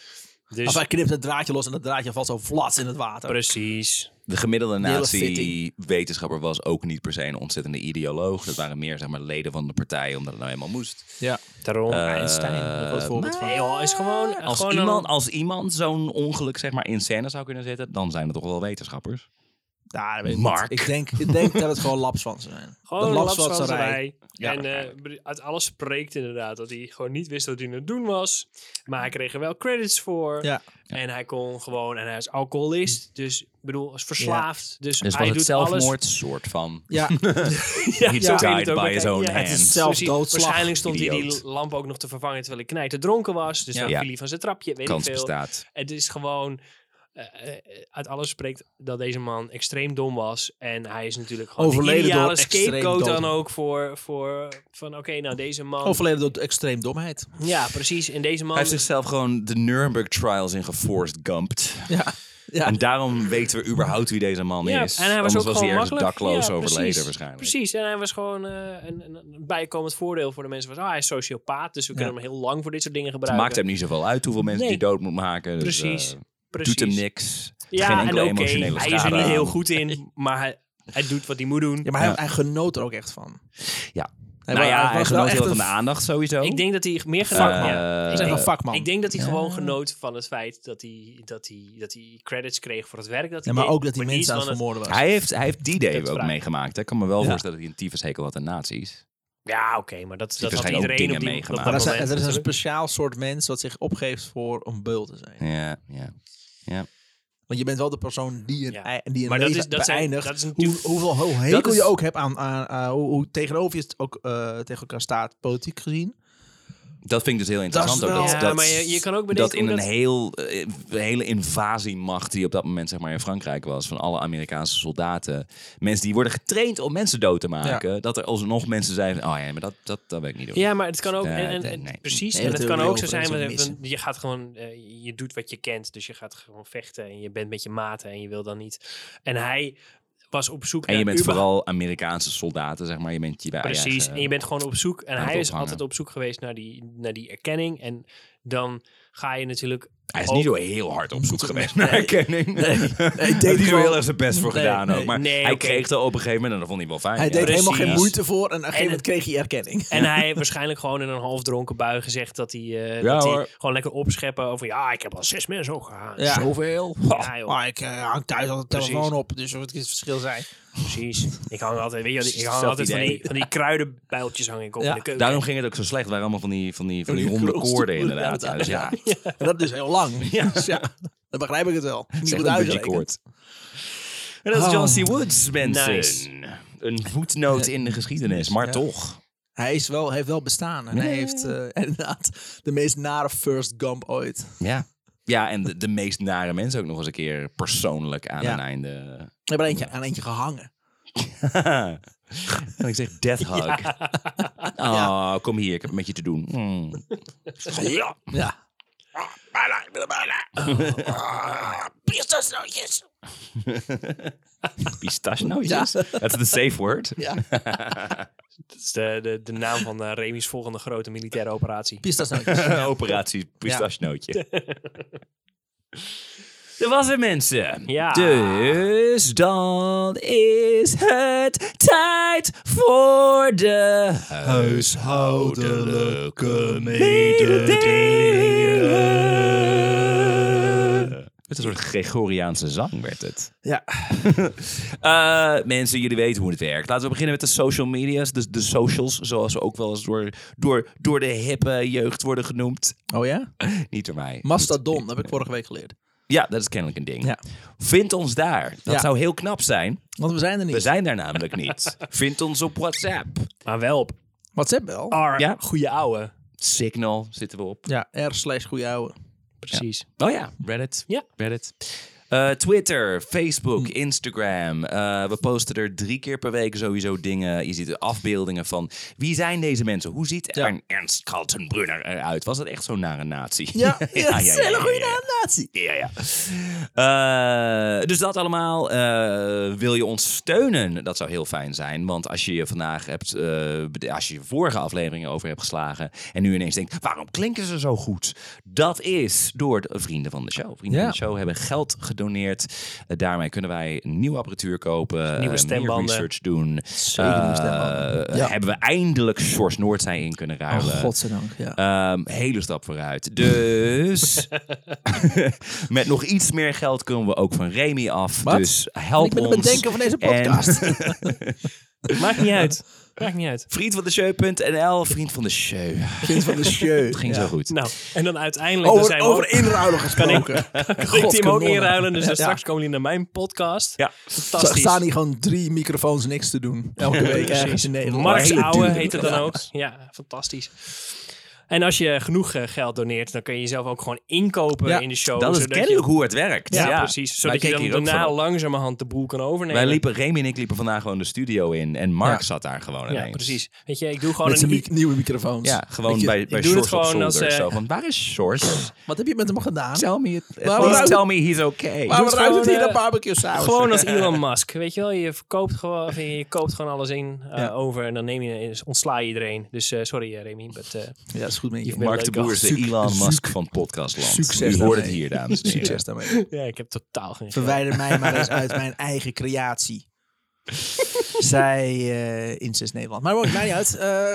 A: Dus
B: Of hij knipt het draadje los en dat draadje valt zo vlats in het water.
A: precies.
C: De gemiddelde
B: hele fitting.
C: nazi-wetenschapper was ook niet per se een ontzettende ideoloog. Dat waren meer zeg maar, leden van de partij, omdat het nou eenmaal moest.
B: Ja.
A: Daarom
C: Eh,
A: Einstein.
B: Dat was het voorbeeld van.
A: Nee, joh, is gewoon,
C: Als
A: gewoon
C: iemand,
A: een-
C: als iemand zo'n ongeluk zeg maar, in scène zou kunnen zetten, dan zijn er toch wel wetenschappers.
B: Ja, dat weet ik
C: Mark.
B: niet. Ik denk, ik denk dat het gewoon lapswansen zijn.
A: gewoon een
B: Dat
A: lapswanserij.
C: Ja,
A: en eh,
C: waarschijnlijk.
A: be- uit alles spreekt inderdaad dat hij gewoon niet wist wat hij aan het doen was. Maar hij kreeg er wel credits voor.
B: Ja.
A: En hij kon gewoon, en hij is alcoholist, dus ik bedoel, is verslaafd. Dus,
C: Dus
A: hij
C: was het
A: doet
C: zelfmoord,
A: alles.
C: soort van.
B: Ja,
A: Ja,
C: He
A: zo kun je
C: died
A: het ook
C: by
A: bekijken.
C: his own
A: Ja, het is
C: hands.
B: Zelfdoodslag.
A: precies. Waarschijnlijk stond hij
C: Idioot.
A: die lamp ook nog te vervangen terwijl ik knijter dronken was. Dus
B: Ja.
A: dan
C: Ja.
A: viel hij van zijn trapje, weet
C: Kans
A: ik veel.
C: bestaat.
A: Het is gewoon, eh, eh, uit alles spreekt dat deze man extreem dom was. En hij is natuurlijk gewoon
B: Overleden
A: de ideale
B: door extreem
A: scapegoat
B: dom.
A: dan ook voor, voor van oké, nou deze man.
B: overleden door extreem domheid.
A: Ja, precies. En deze man
C: Hij heeft zichzelf gewoon de Nuremberg Trials in geforced gumped.
B: Ja, ja.
C: En daarom weten we überhaupt wie deze man
A: Ja,
C: is.
A: en hij was
C: Anders
A: ook
C: was
A: gewoon
C: hij ergens
A: makkelijk.
C: dakloos
A: Ja,
C: overleden
A: precies.
C: waarschijnlijk.
A: Precies, en hij was gewoon eh, een, een- een bijkomend voordeel voor de mensen. Was, ah, hij is sociopaat, dus we kunnen hem heel lang voor dit soort dingen
C: Het
A: gebruiken.
C: maakt hem niet zoveel uit hoeveel mensen
A: Nee.
C: die dood moet maken. Dus,
A: Precies,
C: eh,
A: precies.
C: Doet hem niks. Geen
A: Ja, en
C: enkele
A: oké,
C: emotionele
A: hij is er
C: schade
A: niet
C: aan.
A: heel goed in, maar hij, hij doet wat hij moet doen.
B: Ja, maar hij,
C: Ja.
B: hij genoot er ook echt van.
C: Ja.
B: Hij
C: nou
B: wa-
C: ja,
B: was
C: hij
B: wel
C: genoot
B: echt
C: heel wat
B: een
C: van de aandacht sowieso.
A: Ik denk dat hij meer genoot...
C: Vakman.
A: Ja,
C: Eh,
A: ik
B: Zeg
A: denk-
B: een vakman.
A: Ik denk dat hij gewoon genoot van het feit dat hij, dat, hij, dat hij credits kreeg voor het werk dat
B: Ja,
A: hij
B: maar
A: deed,
B: ook dat die
A: niet
B: mensen aan
A: van
B: het vermoorden was.
C: Hij heeft, hij heeft die day
A: Dat
C: ook
A: vraag-
C: meegemaakt. hè. Ik kan me wel
B: Ja.
C: voorstellen dat hij een tyfushekel had aan nazi's.
A: Ja, oké, maar dat, dat had
C: waarschijnlijk
A: iedereen
C: Dus ook
A: op die,
C: dingen
A: op dat
C: meegemaakt.
B: Maar er,
A: moment
B: zijn, er is een
A: natuurlijk.
B: speciaal soort mens wat zich opgeeft voor een beul te zijn.
C: Ja, ja.
B: Want je bent wel de persoon die een,
A: Ja.
B: ei- die een
A: Maar dat
B: leven
A: is, dat, zijn,
B: beëindigt.
A: dat is
B: hoe,
A: natuurlijk...
B: hoeveel hoe hekel
C: is-
B: je ook hebt aan, aan, aan hoe, hoe tegenover je het ook eh, tegen elkaar staat, politiek gezien.
C: Dat vind ik dus heel interessant.
B: wel-
C: ook, dat,
A: ja,
C: dat,
A: maar je, je kan ook
C: dat
A: bedenken
C: in
A: hoe
C: een heel, eh, hele invasiemacht die op dat moment zeg maar, in Frankrijk was... van alle Amerikaanse soldaten. Mensen die worden getraind om mensen dood te maken. Dat er alsnog mensen zijn van... Oh ja, maar dat, dat, dat wil ik niet doen.
A: Ja, maar het kan ook...
C: Ja,
A: en, en-
C: nee,
A: en-
C: nee.
A: precies,
B: Nee,
A: en
B: dat
A: het
B: wil
A: kan
B: je
A: ook
B: ook
A: zo
B: wel
A: zijn,
B: eens
A: want-
B: missen.
A: want je gaat gewoon... eh, je doet wat je kent, dus je gaat gewoon vechten en je bent met je maten en je wil dan niet... En hij was op zoek
C: En je
A: naar
C: bent
A: überhaupt-
C: vooral Amerikaanse soldaten, zeg maar. Je bent je bij
A: Precies, en je bent gewoon op zoek. En
C: aan het
A: hij is
C: ophangen.
A: altijd op zoek geweest naar die, naar die erkenning. En dan ga je natuurlijk...
C: Hij is
A: ook-
C: niet zo heel hard op zoek geweest naar erkenning. Nee,
B: deed
C: hij is zo
B: gewoon-
C: heel erg zijn best voor
B: Nee,
C: gedaan ook.
B: nee,
C: Maar
A: nee,
C: hij
A: oké.
C: kreeg er op een gegeven moment en dat vond hij wel fijn.
B: Hij
C: ja.
B: deed helemaal geen
A: precies.
B: moeite voor en op een gegeven moment kreeg hij erkenning.
A: En hij heeft waarschijnlijk gewoon in een half dronken bui gezegd dat hij, eh,
C: Ja,
A: dat hij
C: hoor.
A: gewoon lekker opscheppen over ja, ik heb al zes mensen ook gehaald.
B: Ja.
C: Zoveel.
A: Ja, joh,
B: Maar ik eh, hang thuis altijd de
A: Precies.
B: telefoon op, dus wat is het verschil zijn?
A: precies. Ik hang altijd, weet je, wat, ik hang
C: Zelf
A: altijd van
C: idee.
A: die, van die kruidenbijltjes hang ik op
B: Ja,
A: in de keuken.
C: Daarom ging het ook zo slecht. Het waren allemaal van die, van die, van die
B: Die
C: ronde
B: krulstoel,
C: koorden inderdaad.
B: ja,
C: thuis, ja.
B: En dat is heel lang. Ja. Dus ja, dan begrijp ik het wel. Niet
C: Zeg
B: goed
C: een
B: uitrekenen.
C: budgetkoord. En dat is John C. Woods, mensen.
A: Nice.
C: Een voetnoot in de geschiedenis, maar
B: Ja.
C: toch.
B: Hij is wel, heeft wel bestaan. En hij heeft eh, inderdaad de meest nare first gump ooit.
C: Ja. Ja, en de, de meest nare mensen ook nog eens een keer persoonlijk aan
B: Ja.
C: het einde.
B: Ik heb er eentje, aan eentje gehangen.
C: en ik zeg death hug. Oh, kom hier, ik heb met je te doen. Mm.
B: Ja. ja.
A: nou,
C: Pistachenootjes? Dat is de safe word.
A: Dat is de, de, de naam van eh, Remy's volgende grote militaire operatie.
B: Pistasnootjes.
C: Operatie pistachenootje. Dat was het, mensen.
A: Ja.
C: Dus dan is het tijd voor de huishoudelijke mededelingen. Met een soort Gregoriaanse zang werd het.
B: Ja.
C: Eh, mensen, jullie weten hoe het werkt. Laten we beginnen met de social media's. dus De, de socials, zoals ze ook wel eens door, door, door de hippe jeugd worden genoemd.
B: Oh ja?
C: Niet door mij.
B: Mastodon, dat heb ik vorige week geleerd.
C: Ja, dat is kennelijk een ding.
B: Ja.
C: Vind ons daar. Dat
B: Ja.
C: zou heel knap zijn.
B: Want we zijn er
C: We
B: niet.
C: zijn daar namelijk niet. Dus- Vind ons op WhatsApp.
A: Maar wel op
B: WhatsApp wel.
A: R,
C: Ja.
A: goede ouwe.
C: Signal zitten we op.
B: Ja, R slash goeie ouwe.
A: Precies.
C: Oh ja, Reddit.
A: Ja.
C: Reddit. Eh, Twitter, Facebook,
B: Hm.
C: Instagram. Eh, we posten er drie keer per week sowieso dingen. Je ziet er afbeeldingen van wie zijn deze mensen? Hoe ziet
B: Ja.
C: een Ernst Kaltenbrunner eruit? Was dat echt zo'n nare natie?
B: Ja, ja,
C: ja,
B: dat is een hele goede
C: ja, ja.
B: naam, natie.
C: Ja, ja. Eh, dus dat allemaal. Eh, wil je ons steunen? Dat zou heel fijn zijn. Want als je je vandaag hebt, eh, bede- als je je vorige afleveringen over hebt geslagen. en nu ineens denkt: waarom klinken ze zo goed? Dat is door de vrienden van de show. Vrienden
B: Ja.
C: van de show hebben geld gedoneerd. Eh, daarmee kunnen wij nieuwe apparatuur kopen. eh, meer
A: stembanden.
C: research doen.
B: Zeker nieuwe
C: Eh,
B: stembanden. Ja. Oh,
C: Hebben we eindelijk Sjors Noordzij in kunnen ruilen.
B: godzijdank, ja.
C: Ehm, hele stap vooruit. Dus met nog iets meer geld kunnen we ook van Remy af.
B: Wat?
C: Dus help
B: ik ben
C: ons.
B: het bedenken van deze podcast.
A: Maakt niet uit. Maakt niet uit.
C: Vriend van de show.nl, vriend van de show.
B: Kind van de show.
C: Het ging zo goed.
A: Nou, en dan uiteindelijk... dan
B: Over,
A: zijn we
B: over
A: ook-
B: inruilen gesproken.
A: kan ik hem ook
B: Godkanonnen.
A: inruilen, dus dan
B: Ja.
A: straks komen jullie naar mijn podcast.
C: Ja.
B: Er
A: Fantastisch.
B: staan hier gewoon drie microfoons niks te doen. Elke week
A: Precies.
B: ergens in Nederland.
A: Marks
C: Hele
A: Ouwe
C: dure
A: heet het dan ook.
C: microfoons.
A: Ja, fantastisch. En als je genoeg eh, geld doneert, dan kun je jezelf ook gewoon inkopen
B: Ja,
A: in de show.
C: Dat is
A: zodat
C: kennelijk
A: je,
C: hoe het werkt.
A: ja, precies.
C: Wij
A: Zodat je
C: keken
A: dan
C: hier ook van
A: daarna
C: op.
A: langzamerhand de boel kan overnemen.
C: Wij liepen, Remy en ik liepen vandaag gewoon de studio in. En Mark
B: Ja.
C: zat daar gewoon
A: ja,
C: ineens.
A: precies. Weet je, ik doe gewoon
B: Met zijn
A: een...
B: mic- nieuwe microfoons.
C: Ja, gewoon
B: Weet je,
C: bij, bij
A: doe het
C: Sjors op
A: gewoon
C: zolder.
A: als, eh,
C: Zo van, waar is Sjors?
B: Wat heb je met hem gedaan?
C: Tell me, it,
B: Maar
C: please
B: waarom-
C: tell me he's okay.
B: Maar wat
A: het
B: ruikt het
A: gewoon,
B: hier naar
A: eh,
B: barbecue saus?
A: Gewoon als Elon Musk. Weet je wel, je, verkoopt gewoon, of je koopt gewoon alles in eh,
B: Ja.
A: over en dan neem je, ontsla je iedereen. Dus eh, sorry eh, Remy, but, eh,
B: Ja, dat is goed met je.
A: bent
C: Mark de
A: leuk
C: Boer is de
B: gast.
C: Elon
B: Suc-
C: Musk van podcastland.
B: Succes
C: U hoort het
B: daarmee.
C: hier, dames en heren.
B: Succes daarmee.
A: ja, ik heb totaal geen geld.
B: Verwijder mij maar eens uit mijn eigen creatie. Zij eh incest Nederland. Maar maakt mij niet uit. Eh,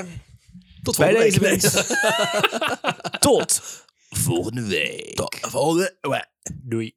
B: tot
C: Bij
B: volgende
C: deze
B: week.
C: mensen. Tot volgende week.
B: Tot volgende week.
A: Doei.